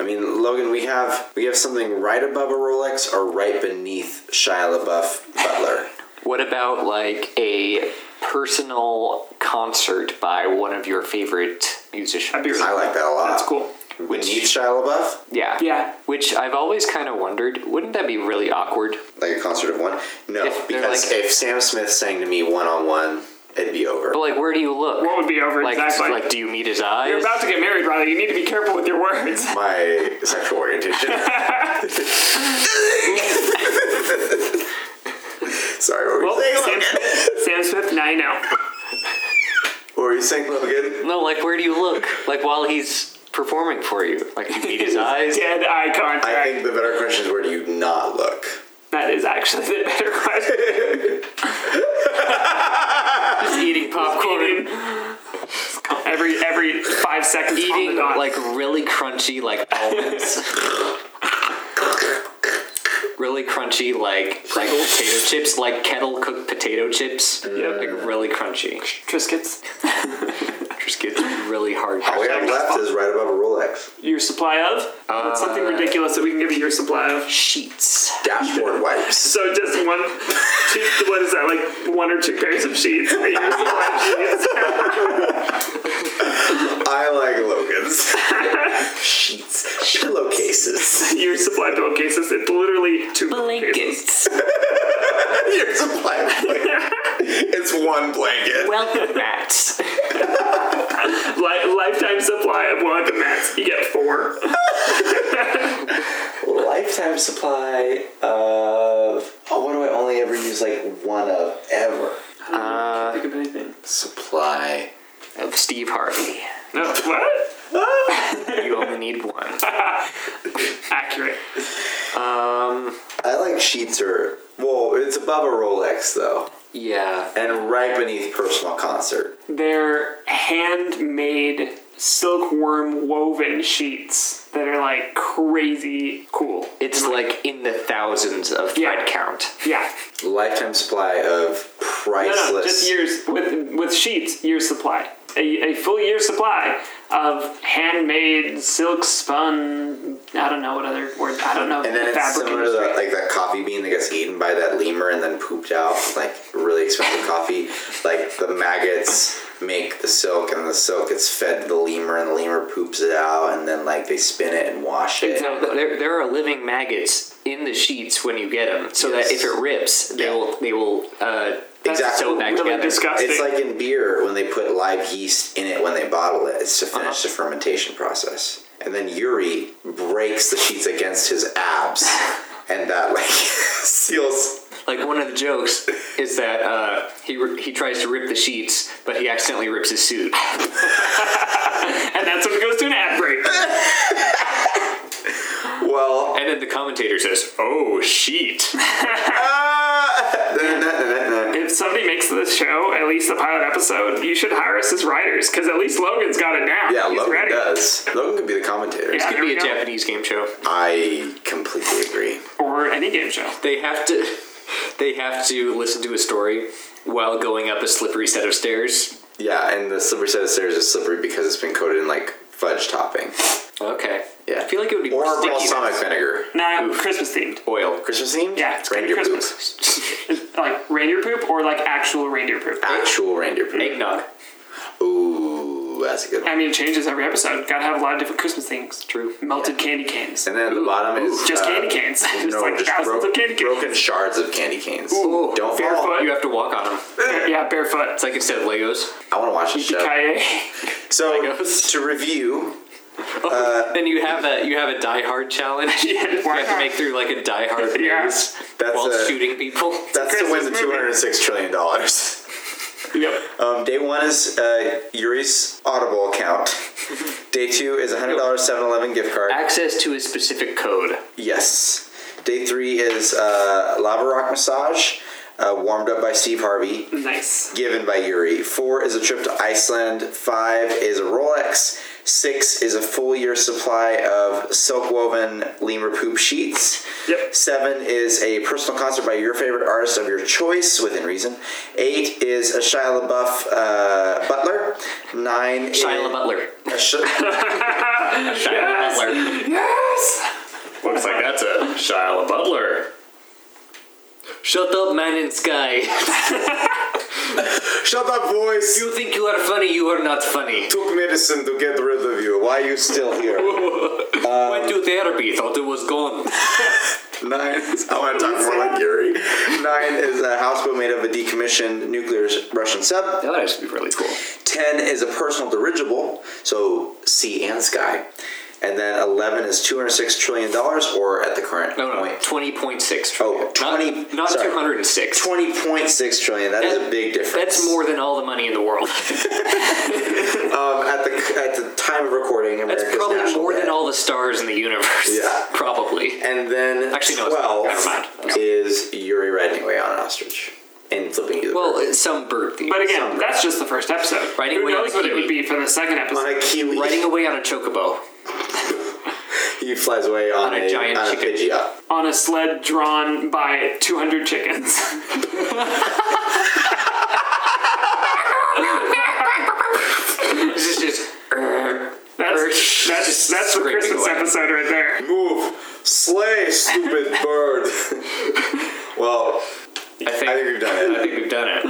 Speaker 2: I mean, Logan, we have we have something right above a Rolex or right beneath Shia LaBeouf Butler.
Speaker 5: What about like a personal concert by one of your favorite musicians?
Speaker 3: I'd be really
Speaker 2: I like that a lot.
Speaker 3: That's cool.
Speaker 2: Beneath Shia LaBeouf,
Speaker 5: Yeah.
Speaker 3: Yeah.
Speaker 5: Which I've always kind of wondered, wouldn't that be really awkward?
Speaker 2: like a concert of one. No,
Speaker 5: If they're
Speaker 2: because
Speaker 5: like-
Speaker 2: if Sam Smith sang to me one on one, it'd be over.
Speaker 5: But like, where do you look?
Speaker 3: What would be over
Speaker 5: like,
Speaker 3: exactly?
Speaker 5: like, do you meet his eyes?
Speaker 3: You're about to get married, Riley. You need to be careful with your words.
Speaker 2: My sexual orientation. Sorry, what were you
Speaker 3: Well,
Speaker 2: saying?
Speaker 3: Sam,
Speaker 2: Logan?
Speaker 3: Sam Smith, now you know.
Speaker 2: What were you saying, Logan?
Speaker 5: no, like, where do you look? Like, while he's performing for you, like, you meet his eyes.
Speaker 3: Dead eye contact.
Speaker 2: I think the better question is where do you not look?
Speaker 3: that is actually the better question.
Speaker 5: Just eating popcorn,
Speaker 3: Eating- every every five seconds on the
Speaker 5: eating
Speaker 3: dot.
Speaker 5: like really crunchy, like almonds. Really crunchy, like like potato chips, like kettle cooked potato chips. Yeah, like really crunchy.
Speaker 3: Triscuits.
Speaker 5: Just gets really hard.
Speaker 2: All we have left is right above a Rolex.
Speaker 3: Your supply of? That's something ridiculous that we can give you your supply of.
Speaker 5: Uh, sheets.
Speaker 2: Dashboard wipes.
Speaker 3: So just one, two, what is that, like one or two pairs of sheets? Your supply of sheets.
Speaker 2: I like Logan's. Sheets. Pillowcases.
Speaker 3: Your supply pillowcases. It's literally two pillowcases.
Speaker 5: Blankets.
Speaker 2: Your supply blanket. It's one blanket.
Speaker 5: Welcome, rats.
Speaker 3: Li- lifetime supply of one of the mats. You get four.
Speaker 2: Lifetime supply of. Oh, what do I only ever use like one of ever?
Speaker 3: Think of anything.
Speaker 2: Supply.
Speaker 5: Of Steve Harvey.
Speaker 3: No. What?
Speaker 2: Ah!
Speaker 5: You only need one.
Speaker 3: Accurate.
Speaker 2: I like sheets or. Whoa, it's above a Rolex though.
Speaker 5: Yeah.
Speaker 2: And right beneath personal concert.
Speaker 3: They're handmade silkworm woven sheets that are like crazy cool.
Speaker 5: It's like in the thousands of thread
Speaker 3: Yeah.
Speaker 5: count.
Speaker 3: Yeah.
Speaker 2: Lifetime supply of
Speaker 3: No,
Speaker 2: priceless.
Speaker 3: no, just years with with sheets, year supply. A, a full year supply of handmade silk spun. I don't know what other word. I don't know.
Speaker 2: And then
Speaker 3: the
Speaker 2: it's
Speaker 3: fabric
Speaker 2: similar to
Speaker 3: industry.
Speaker 2: that, like that coffee bean that gets eaten by that lemur and then pooped out, like really expensive coffee. Like the maggots make the silk, and the silk gets fed to the lemur, and the lemur poops it out, and then like they spin it and wash it.
Speaker 5: No, there, there are living maggots in the sheets when you get them, so that
Speaker 2: Yes.
Speaker 5: if it rips, they
Speaker 2: Yeah.
Speaker 5: will they will uh,
Speaker 3: That's
Speaker 2: Exactly.
Speaker 5: sew back
Speaker 3: really
Speaker 5: together.
Speaker 3: disgusting.
Speaker 2: It's like in beer when they put live yeast in it when they bottle it. It's to
Speaker 3: Uh-huh.
Speaker 2: finish the fermentation process. And then Yuri breaks the sheets against his abs, and that like seals.
Speaker 5: Like one of the jokes is that uh, he ri- he tries to rip the sheets, but he accidentally rips his suit.
Speaker 3: and that's when it goes to an ad break.
Speaker 2: Well,
Speaker 5: And then the commentator says, "Oh, sheet."
Speaker 2: Ah!
Speaker 3: if somebody makes this show, at least the pilot episode, you should hire us as writers because at least Logan's got it down.
Speaker 2: Yeah,
Speaker 3: He's
Speaker 2: Logan
Speaker 3: ready.
Speaker 2: does. Logan could be the commentator.
Speaker 3: Yeah.
Speaker 5: Could
Speaker 3: There
Speaker 5: be
Speaker 3: we
Speaker 5: a
Speaker 3: go.
Speaker 5: Japanese game show.
Speaker 2: I completely agree.
Speaker 3: Or any game show.
Speaker 5: They have to they have to listen to a story while going up a slippery set of stairs.
Speaker 2: Yeah, and the slippery set of stairs is slippery because it's been coated in like fudge topping
Speaker 5: Okay.
Speaker 2: Yeah.
Speaker 5: I feel like it would be
Speaker 2: or
Speaker 5: more sticky
Speaker 2: balsamic vinegar.
Speaker 3: Nah, Christmas themed.
Speaker 5: oil.
Speaker 2: Christmas themed?
Speaker 3: Yeah, it's gonna be
Speaker 2: reindeer poop.
Speaker 3: Christmas. Like reindeer poop or like actual reindeer poop.
Speaker 2: Actual reindeer poop.
Speaker 5: Eggnog.
Speaker 2: Ooh, that's a good one.
Speaker 3: I mean, it changes every episode. Gotta have a lot of different Christmas things.
Speaker 5: True.
Speaker 3: Melted candy canes.
Speaker 2: And then at the bottom is
Speaker 3: Just
Speaker 2: uh,
Speaker 3: candy canes. just
Speaker 2: No,
Speaker 3: like
Speaker 2: just
Speaker 3: thousands
Speaker 2: broke-
Speaker 3: of candy canes.
Speaker 2: broken shards of candy canes.
Speaker 5: Ooh.
Speaker 2: Don't fall.
Speaker 3: Barefoot.
Speaker 5: You have to walk on them.
Speaker 3: Yeah, barefoot.
Speaker 5: It's like instead of Legos.
Speaker 2: I want to watch the show.
Speaker 3: Kaye.
Speaker 2: So
Speaker 5: Legos.
Speaker 2: to review,
Speaker 5: Then you have a you have a Die Hard challenge.
Speaker 3: Yeah,
Speaker 5: You
Speaker 3: why
Speaker 5: have to
Speaker 3: not?
Speaker 5: make through like a Die Hard
Speaker 3: Yeah.
Speaker 5: maze
Speaker 2: That's
Speaker 5: while
Speaker 2: a-
Speaker 5: shooting people.
Speaker 2: that's to win the
Speaker 3: Christmas movie.
Speaker 2: two hundred six trillion dollars.
Speaker 3: Yep.
Speaker 2: Um, day one is uh, Yuri's Audible account. Day two is a hundred dollar Seven Eleven gift card.
Speaker 8: Access to a specific code.
Speaker 2: Yes. Day three is uh, lava rock massage, uh, warmed up by Steve Harvey,
Speaker 3: Nice.
Speaker 2: given by Yuri. Four is a trip to Iceland. Five is a Rolex. Six is a full year supply of silk woven lemur poop sheets.
Speaker 3: Yep.
Speaker 2: Seven is a personal concert by your favorite artist of your choice, within reason. Eight is a Shia LaBeouf uh, butler. Nine
Speaker 8: Shia
Speaker 2: is-
Speaker 8: Butler.
Speaker 2: A Sh-
Speaker 8: Shia Butler.
Speaker 3: Yes.
Speaker 9: Looks like that's a Shia Butler.
Speaker 5: Shut up, man in sky.
Speaker 2: Shut up, voice!
Speaker 5: you think you are funny, you are not funny.
Speaker 2: took medicine to get rid of you. Why are you still here? Um,
Speaker 5: Went to therapy, thought it was gone.
Speaker 2: Nine. I want to talk more like Yuri. Nine is a houseboat made of a decommissioned nuclear Russian sub.
Speaker 5: That would actually be really cool.
Speaker 2: Ten is a personal dirigible, so sea and sky. And then eleven is two hundred six trillion dollars, or at the current
Speaker 5: No, no,
Speaker 2: point.
Speaker 5: 20.6
Speaker 2: Oh,
Speaker 5: trillion.
Speaker 2: 20
Speaker 5: Not, not
Speaker 2: sorry.
Speaker 5: 206.
Speaker 2: Twenty point six trillion. That is a big difference.
Speaker 5: That's more than all the money in the
Speaker 2: um,
Speaker 5: world.
Speaker 2: at the at the time of recording. America's
Speaker 5: That's probably
Speaker 2: national
Speaker 5: more
Speaker 2: debt.
Speaker 5: than all the stars in the universe.
Speaker 2: Yeah.
Speaker 5: Probably.
Speaker 2: And then
Speaker 5: Actually, no, it's not.
Speaker 2: twelve
Speaker 5: Never mind. No.
Speaker 2: is Yuri riding away on an ostrich and flipping you the
Speaker 5: Well,
Speaker 2: bird.
Speaker 5: it's some bird thing.
Speaker 3: But again, that's just the first episode.
Speaker 5: Writing
Speaker 3: Who
Speaker 5: way on
Speaker 3: knows what it
Speaker 5: TV.
Speaker 3: would be for the second episode?
Speaker 2: on a kiwi.
Speaker 5: Riding away on a chocobo.
Speaker 2: He flies away on,
Speaker 5: On a giant
Speaker 2: on
Speaker 5: chicken.
Speaker 2: Pidgeot.
Speaker 3: On a sled drawn by 200 chickens.
Speaker 5: This is just.
Speaker 3: That's that's,
Speaker 5: Just
Speaker 3: that's the
Speaker 5: scraping
Speaker 3: Christmas
Speaker 5: away.
Speaker 3: episode right there.
Speaker 2: Move, slay, stupid bird. well,
Speaker 5: I think,
Speaker 2: I think we've done it.
Speaker 5: I think we've done it.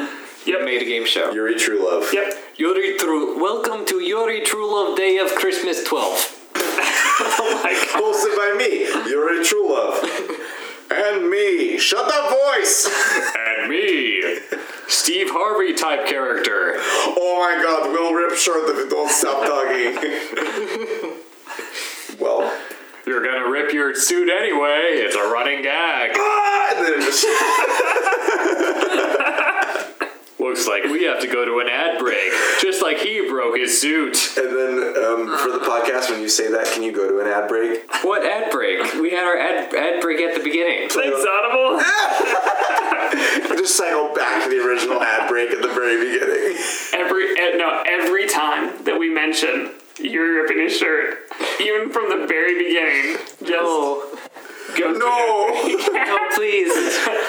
Speaker 3: Yep.
Speaker 5: Made a game show.
Speaker 2: Yuri True Love.
Speaker 3: Yep.
Speaker 5: Yuri True. Welcome to Yuri True Love Day of Christmas 12.
Speaker 3: Like,
Speaker 2: Hosted by me, Yuri True Love. and me. Shut up, voice!
Speaker 9: And me, Steve Harvey type character.
Speaker 2: Oh my god, we'll rip short if you don't stop talking. well,
Speaker 9: You're gonna rip your suit anyway. It's a running gag.
Speaker 2: ah, and then it just-
Speaker 9: Looks like we have to go to an ad break, just like he broke his suit.
Speaker 2: and then um, for the podcast, when you say that, can you go to an ad break?
Speaker 5: What ad break? We had our ad, ad break at the beginning.
Speaker 3: thanks, Audible.
Speaker 2: Just cycle back to the original ad break at the very beginning.
Speaker 3: Every eh, no, every time that we mention you're ripping his shirt, even from the very beginning, just
Speaker 5: Oh,
Speaker 3: go.
Speaker 2: No! Um,
Speaker 5: no, please.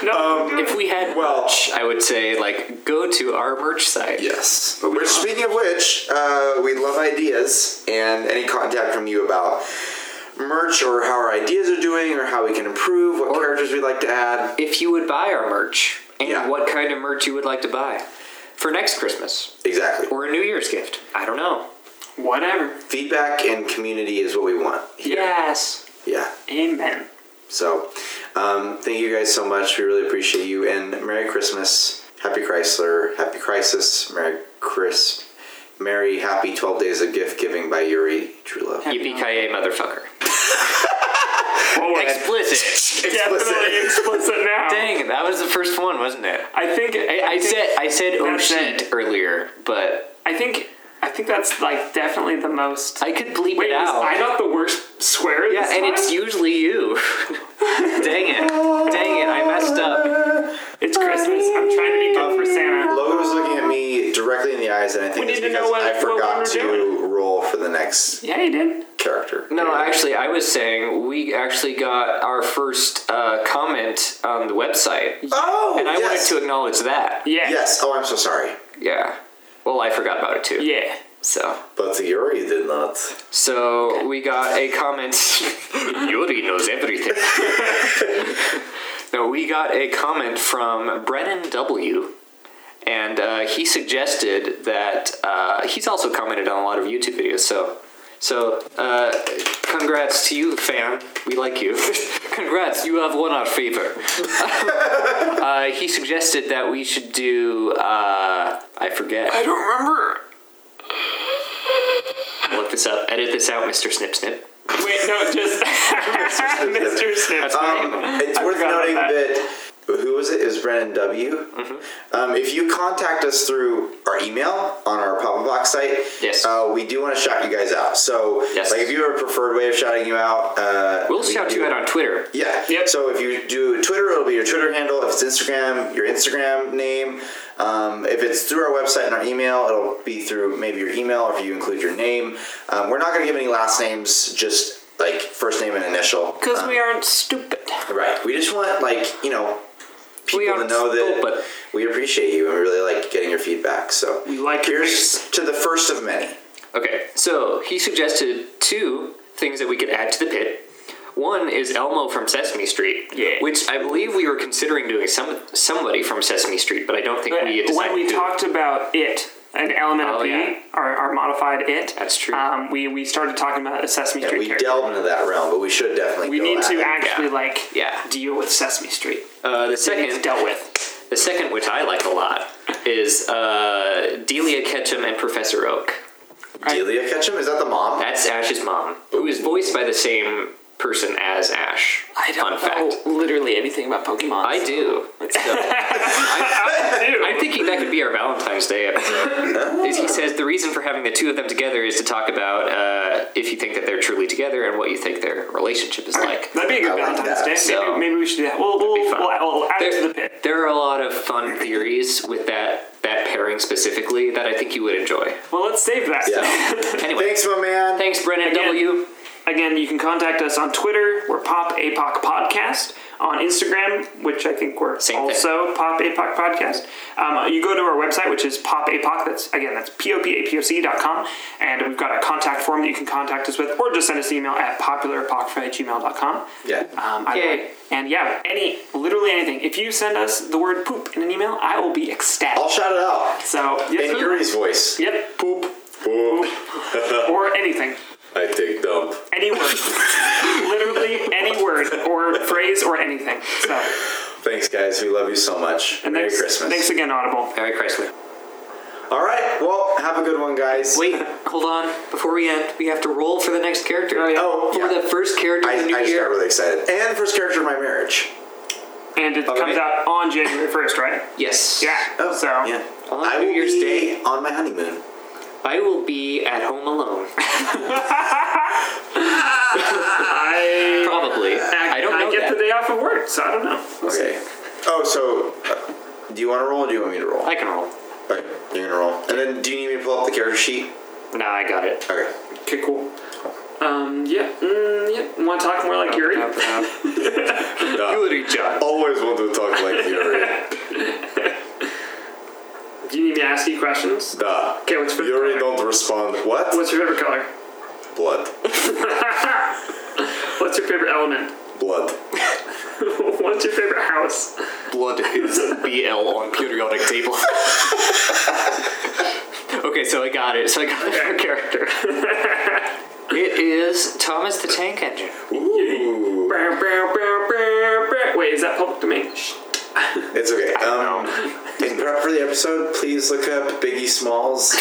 Speaker 3: no.
Speaker 5: If we had
Speaker 2: Well-
Speaker 5: merch, I would say, like, go to our merch site.
Speaker 2: Yes. Which, speaking of which, uh, we love ideas and any contact from you about merch or how our ideas are doing or how we can improve, what characters we'd like to add.
Speaker 5: If you would buy our merch, and
Speaker 2: Yeah.
Speaker 5: what kind of merch you would like to buy for next Christmas
Speaker 2: Exactly.
Speaker 5: or a New Year's gift. I don't know.
Speaker 3: Whatever.
Speaker 2: Feedback and community is what we want.
Speaker 5: Yes.
Speaker 2: Yeah.
Speaker 3: Amen.
Speaker 2: So, um, thank you guys so much. We really appreciate you. And Merry Christmas. Happy Chrysler. Happy Crisis. Merry Chris. Merry Happy 12 Days of Gift Giving by Yuri True Love.
Speaker 5: Yippee ki motherfucker.
Speaker 3: Forward.
Speaker 5: Explicit.
Speaker 3: Definitely explicit now.
Speaker 5: Dang, that was the first one, wasn't it?
Speaker 3: I think
Speaker 5: I, I said I said oh
Speaker 3: That's
Speaker 5: shit
Speaker 3: it.
Speaker 5: earlier, but
Speaker 3: I think I think that's like definitely the most.
Speaker 5: I could bleep
Speaker 3: Wait,
Speaker 5: it
Speaker 3: was
Speaker 5: out.
Speaker 3: I not the worst swear.
Speaker 5: yeah,
Speaker 3: this
Speaker 5: and it's
Speaker 3: time?
Speaker 5: usually you. Dang it! Dang it! I messed up.
Speaker 3: It's Christmas. I'm trying to be good for Santa.
Speaker 2: Logan was looking at me directly in the eyes, and I think
Speaker 3: We
Speaker 2: it's
Speaker 3: need to
Speaker 2: because
Speaker 3: know what-
Speaker 2: I
Speaker 3: what
Speaker 2: forgot
Speaker 3: we're
Speaker 2: to
Speaker 3: doing.
Speaker 2: roll for the next
Speaker 3: Yeah, you did.
Speaker 2: character.
Speaker 5: No, actually, I was saying we actually got our first uh, comment on the website,
Speaker 2: Oh,
Speaker 5: and I
Speaker 2: yes.
Speaker 5: wanted to acknowledge that.
Speaker 3: Yeah.
Speaker 2: Yes. Oh, I'm so sorry,
Speaker 5: Yeah. Well, I forgot about it too.
Speaker 3: Yeah.
Speaker 5: So,
Speaker 2: but the Yuri did not.
Speaker 5: so we got a comment.
Speaker 9: Yuri knows everything.
Speaker 5: no, we got a comment from Brennan W. And uh, he suggested that uh, he's also commented on a lot of YouTube videos. So, so uh, congrats to you, fan. We like you. congrats, you have won our favor. uh, he suggested that we should do. Uh, I forget.
Speaker 3: I don't remember.
Speaker 5: Look this up. Edit this out, Mr. Snip Snip.
Speaker 3: Wait, no, just Mr. Snips.
Speaker 2: Um, it's worth
Speaker 3: forgot about
Speaker 2: noting that. who was it? Is Brennan W.
Speaker 5: Mm-hmm.
Speaker 2: Um, if you contact us through our email on our Papa Box site,
Speaker 5: Yes.
Speaker 2: uh, we do want to shout you guys out. So,
Speaker 5: Yes.
Speaker 2: like, if you have a preferred way of shouting you out, uh,
Speaker 5: We'll
Speaker 2: we
Speaker 5: shout
Speaker 2: do-
Speaker 5: you out on Twitter.
Speaker 2: Yeah.
Speaker 3: Yep.
Speaker 2: So if you do Twitter, it'll be your Twitter handle. If it's Instagram, your Instagram name. Um, if it's through our website and our email, it'll be through maybe your email or if you include your name. Um, we're not going to give any last names, just like first name and initial.
Speaker 5: Because
Speaker 2: Um,
Speaker 5: we aren't stupid.
Speaker 2: Right. We just want like you know people
Speaker 5: We
Speaker 2: to
Speaker 5: aren't
Speaker 2: know that
Speaker 5: stupid.
Speaker 2: we appreciate you and we really like getting your feedback. So we
Speaker 3: like your
Speaker 2: here's to the first of many.
Speaker 5: Okay, so he suggested two things that we could add to the pit. One is Elmo from Sesame Street,
Speaker 3: Yeah.
Speaker 5: which I believe we were considering doing some somebody from Sesame Street, but I don't think
Speaker 3: But
Speaker 5: we had decided
Speaker 3: when we
Speaker 5: who.
Speaker 3: talked about it, an element
Speaker 5: Oh,
Speaker 3: of the
Speaker 5: yeah.
Speaker 3: our, our modified it.
Speaker 5: That's true.
Speaker 3: Um, we we started talking about a Sesame
Speaker 2: Yeah,
Speaker 3: Street
Speaker 2: we
Speaker 3: character.
Speaker 2: delved into that realm, but we should definitely.
Speaker 3: we
Speaker 2: go
Speaker 3: need
Speaker 2: at
Speaker 3: to
Speaker 2: it.
Speaker 3: actually
Speaker 5: Yeah.
Speaker 3: like
Speaker 5: Yeah.
Speaker 3: deal with Sesame Street.
Speaker 5: Uh, the
Speaker 3: It's
Speaker 5: second,
Speaker 3: dealt with.
Speaker 5: the second, which I like a lot, is uh, Delia Ketchum and Professor Oak.
Speaker 2: Delia Ketchum is that the mom?
Speaker 5: That's Ash's mom, who is voiced by the same person as Ash.
Speaker 3: I don't
Speaker 5: Fun
Speaker 3: know
Speaker 5: fact.
Speaker 3: literally anything about Pokemon.
Speaker 5: I do.
Speaker 3: do.
Speaker 5: I'm thinking that could be our Valentine's Day episode. is he says the reason for having the two of them together is to talk about uh, if you think that they're truly together and what you think their relationship is like.
Speaker 3: That'd be a good
Speaker 2: I like
Speaker 3: Valentine's
Speaker 2: that.
Speaker 3: Day.
Speaker 5: So-
Speaker 3: maybe, maybe we should do that. We'll, we'll,
Speaker 5: be
Speaker 3: we'll,
Speaker 5: fun.
Speaker 3: we'll add it to
Speaker 5: There,
Speaker 3: the pit.
Speaker 5: there are a lot of fun theories with that that pairing specifically that I think you would enjoy.
Speaker 3: Well, let's save that.
Speaker 2: Yeah.
Speaker 5: Anyway,
Speaker 2: Thanks, my man.
Speaker 5: thanks, Brennan
Speaker 3: Again.
Speaker 5: W.
Speaker 3: Again, you can contact us on Twitter. We're Pop Apoc Podcast. On Instagram, which I think we're
Speaker 5: Same thing.
Speaker 3: also Pop Apoc Podcast. Um, you go to our website, which is Pop Apoc. That's again, that's p o p a p o c dot com, and we've got a contact form that you can contact us with, or just send us an email at popularapocrypha@gmail.com.
Speaker 2: Yeah.
Speaker 3: Um, either
Speaker 5: Yay.
Speaker 3: way. And yeah, any literally anything. If you send us the word poop in an email, I will be ecstatic.
Speaker 5: Oh.
Speaker 2: I'll shout it out
Speaker 3: so yes,
Speaker 2: in
Speaker 3: sir.
Speaker 2: Yuri's voice.
Speaker 3: Yep. Poop.
Speaker 2: Poop.
Speaker 3: Or anything.
Speaker 2: I take dump.
Speaker 3: Any word. Literally any word or phrase or anything. So
Speaker 2: Thanks, guys. We love you so much.
Speaker 3: and
Speaker 2: Merry
Speaker 3: thanks,
Speaker 2: Christmas.
Speaker 3: Thanks again, Audible.
Speaker 5: Harry Chrysler.
Speaker 2: All right. Well, have a good one, guys.
Speaker 5: Wait, hold on. Before we end, we have to roll for the next character.
Speaker 3: Oh, yeah.
Speaker 2: Oh,
Speaker 5: For
Speaker 2: yeah.
Speaker 5: the first character
Speaker 2: I,
Speaker 5: of the new
Speaker 2: I just got
Speaker 5: year.
Speaker 2: really excited. And first character of my marriage.
Speaker 3: And it
Speaker 2: Okay.
Speaker 3: comes out on January first, right?
Speaker 5: Yes.
Speaker 3: Yeah. Oh, so
Speaker 2: Oh, yeah.
Speaker 5: On
Speaker 2: I
Speaker 5: New
Speaker 2: will
Speaker 5: Year's
Speaker 2: be
Speaker 5: Day.
Speaker 2: on my honeymoon.
Speaker 5: I will be at home alone.
Speaker 3: I
Speaker 5: Probably.
Speaker 3: I,
Speaker 5: I don't know
Speaker 3: get
Speaker 5: that.
Speaker 3: the day off of work, so I don't know.
Speaker 2: Okay. Oh, so uh, do you want to roll or do you want me to roll?
Speaker 5: I can roll.
Speaker 2: Okay, you're gonna roll. And then do you need me to pull up the character sheet?
Speaker 5: Nah, I got it.
Speaker 2: Okay.
Speaker 3: Okay, cool. Um, yeah, mm, yeah. Want to talk more like Yuri?
Speaker 5: Hillary John.
Speaker 2: Always want to talk like Yuri.
Speaker 3: Do you need me to ask you questions?
Speaker 2: Duh.
Speaker 3: Okay, what's your favorite Yuri color?
Speaker 2: don't respond. What?
Speaker 3: What's your favorite color?
Speaker 2: Blood.
Speaker 3: What's your favorite element?
Speaker 2: Blood.
Speaker 3: What's your favorite house?
Speaker 5: Blood is BL on periodic table. okay, so I got it. So I got the favorite character. it is Thomas the Tank Engine.
Speaker 2: Ooh.
Speaker 3: Wait, is that public domain? Shh.
Speaker 2: It's okay. Um, in prep for the episode, please look up Biggie Smalls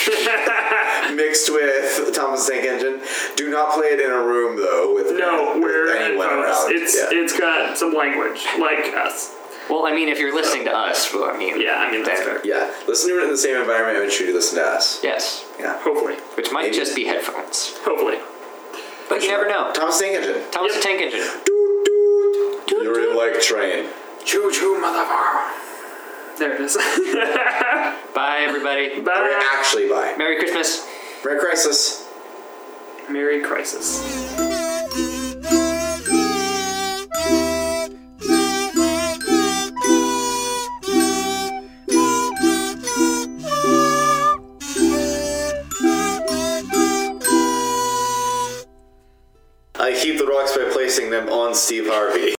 Speaker 2: mixed with Thomas the Tank Engine. Do not play it in a room though with,
Speaker 3: No,
Speaker 2: with
Speaker 3: we're
Speaker 2: anyone
Speaker 3: headphones.
Speaker 2: around.
Speaker 3: It's
Speaker 2: yeah.
Speaker 3: it's got some language like us.
Speaker 5: Well, I mean, if you're listening to us, well, I mean,
Speaker 3: Yeah, I mean that's
Speaker 5: then-
Speaker 3: fair.
Speaker 2: yeah. Listen to it in the same environment in which you listen to us.
Speaker 5: Yes,
Speaker 2: Yeah.
Speaker 3: Hopefully,
Speaker 5: which might
Speaker 2: Maybe.
Speaker 5: just be headphones,
Speaker 3: hopefully.
Speaker 5: but you never know.
Speaker 2: Thomas the Tank Engine.
Speaker 5: Thomas the Tank Engine.
Speaker 2: Doot, doot. You're in like train.
Speaker 3: Choo choo, motherfucker. There it is.
Speaker 5: Bye, everybody.
Speaker 2: Or
Speaker 3: Bye.
Speaker 2: actually by
Speaker 5: Merry Christmas.
Speaker 2: Red Crisis.
Speaker 3: Merry Crisis.
Speaker 2: I keep the rocks by placing them on Steve Harvey.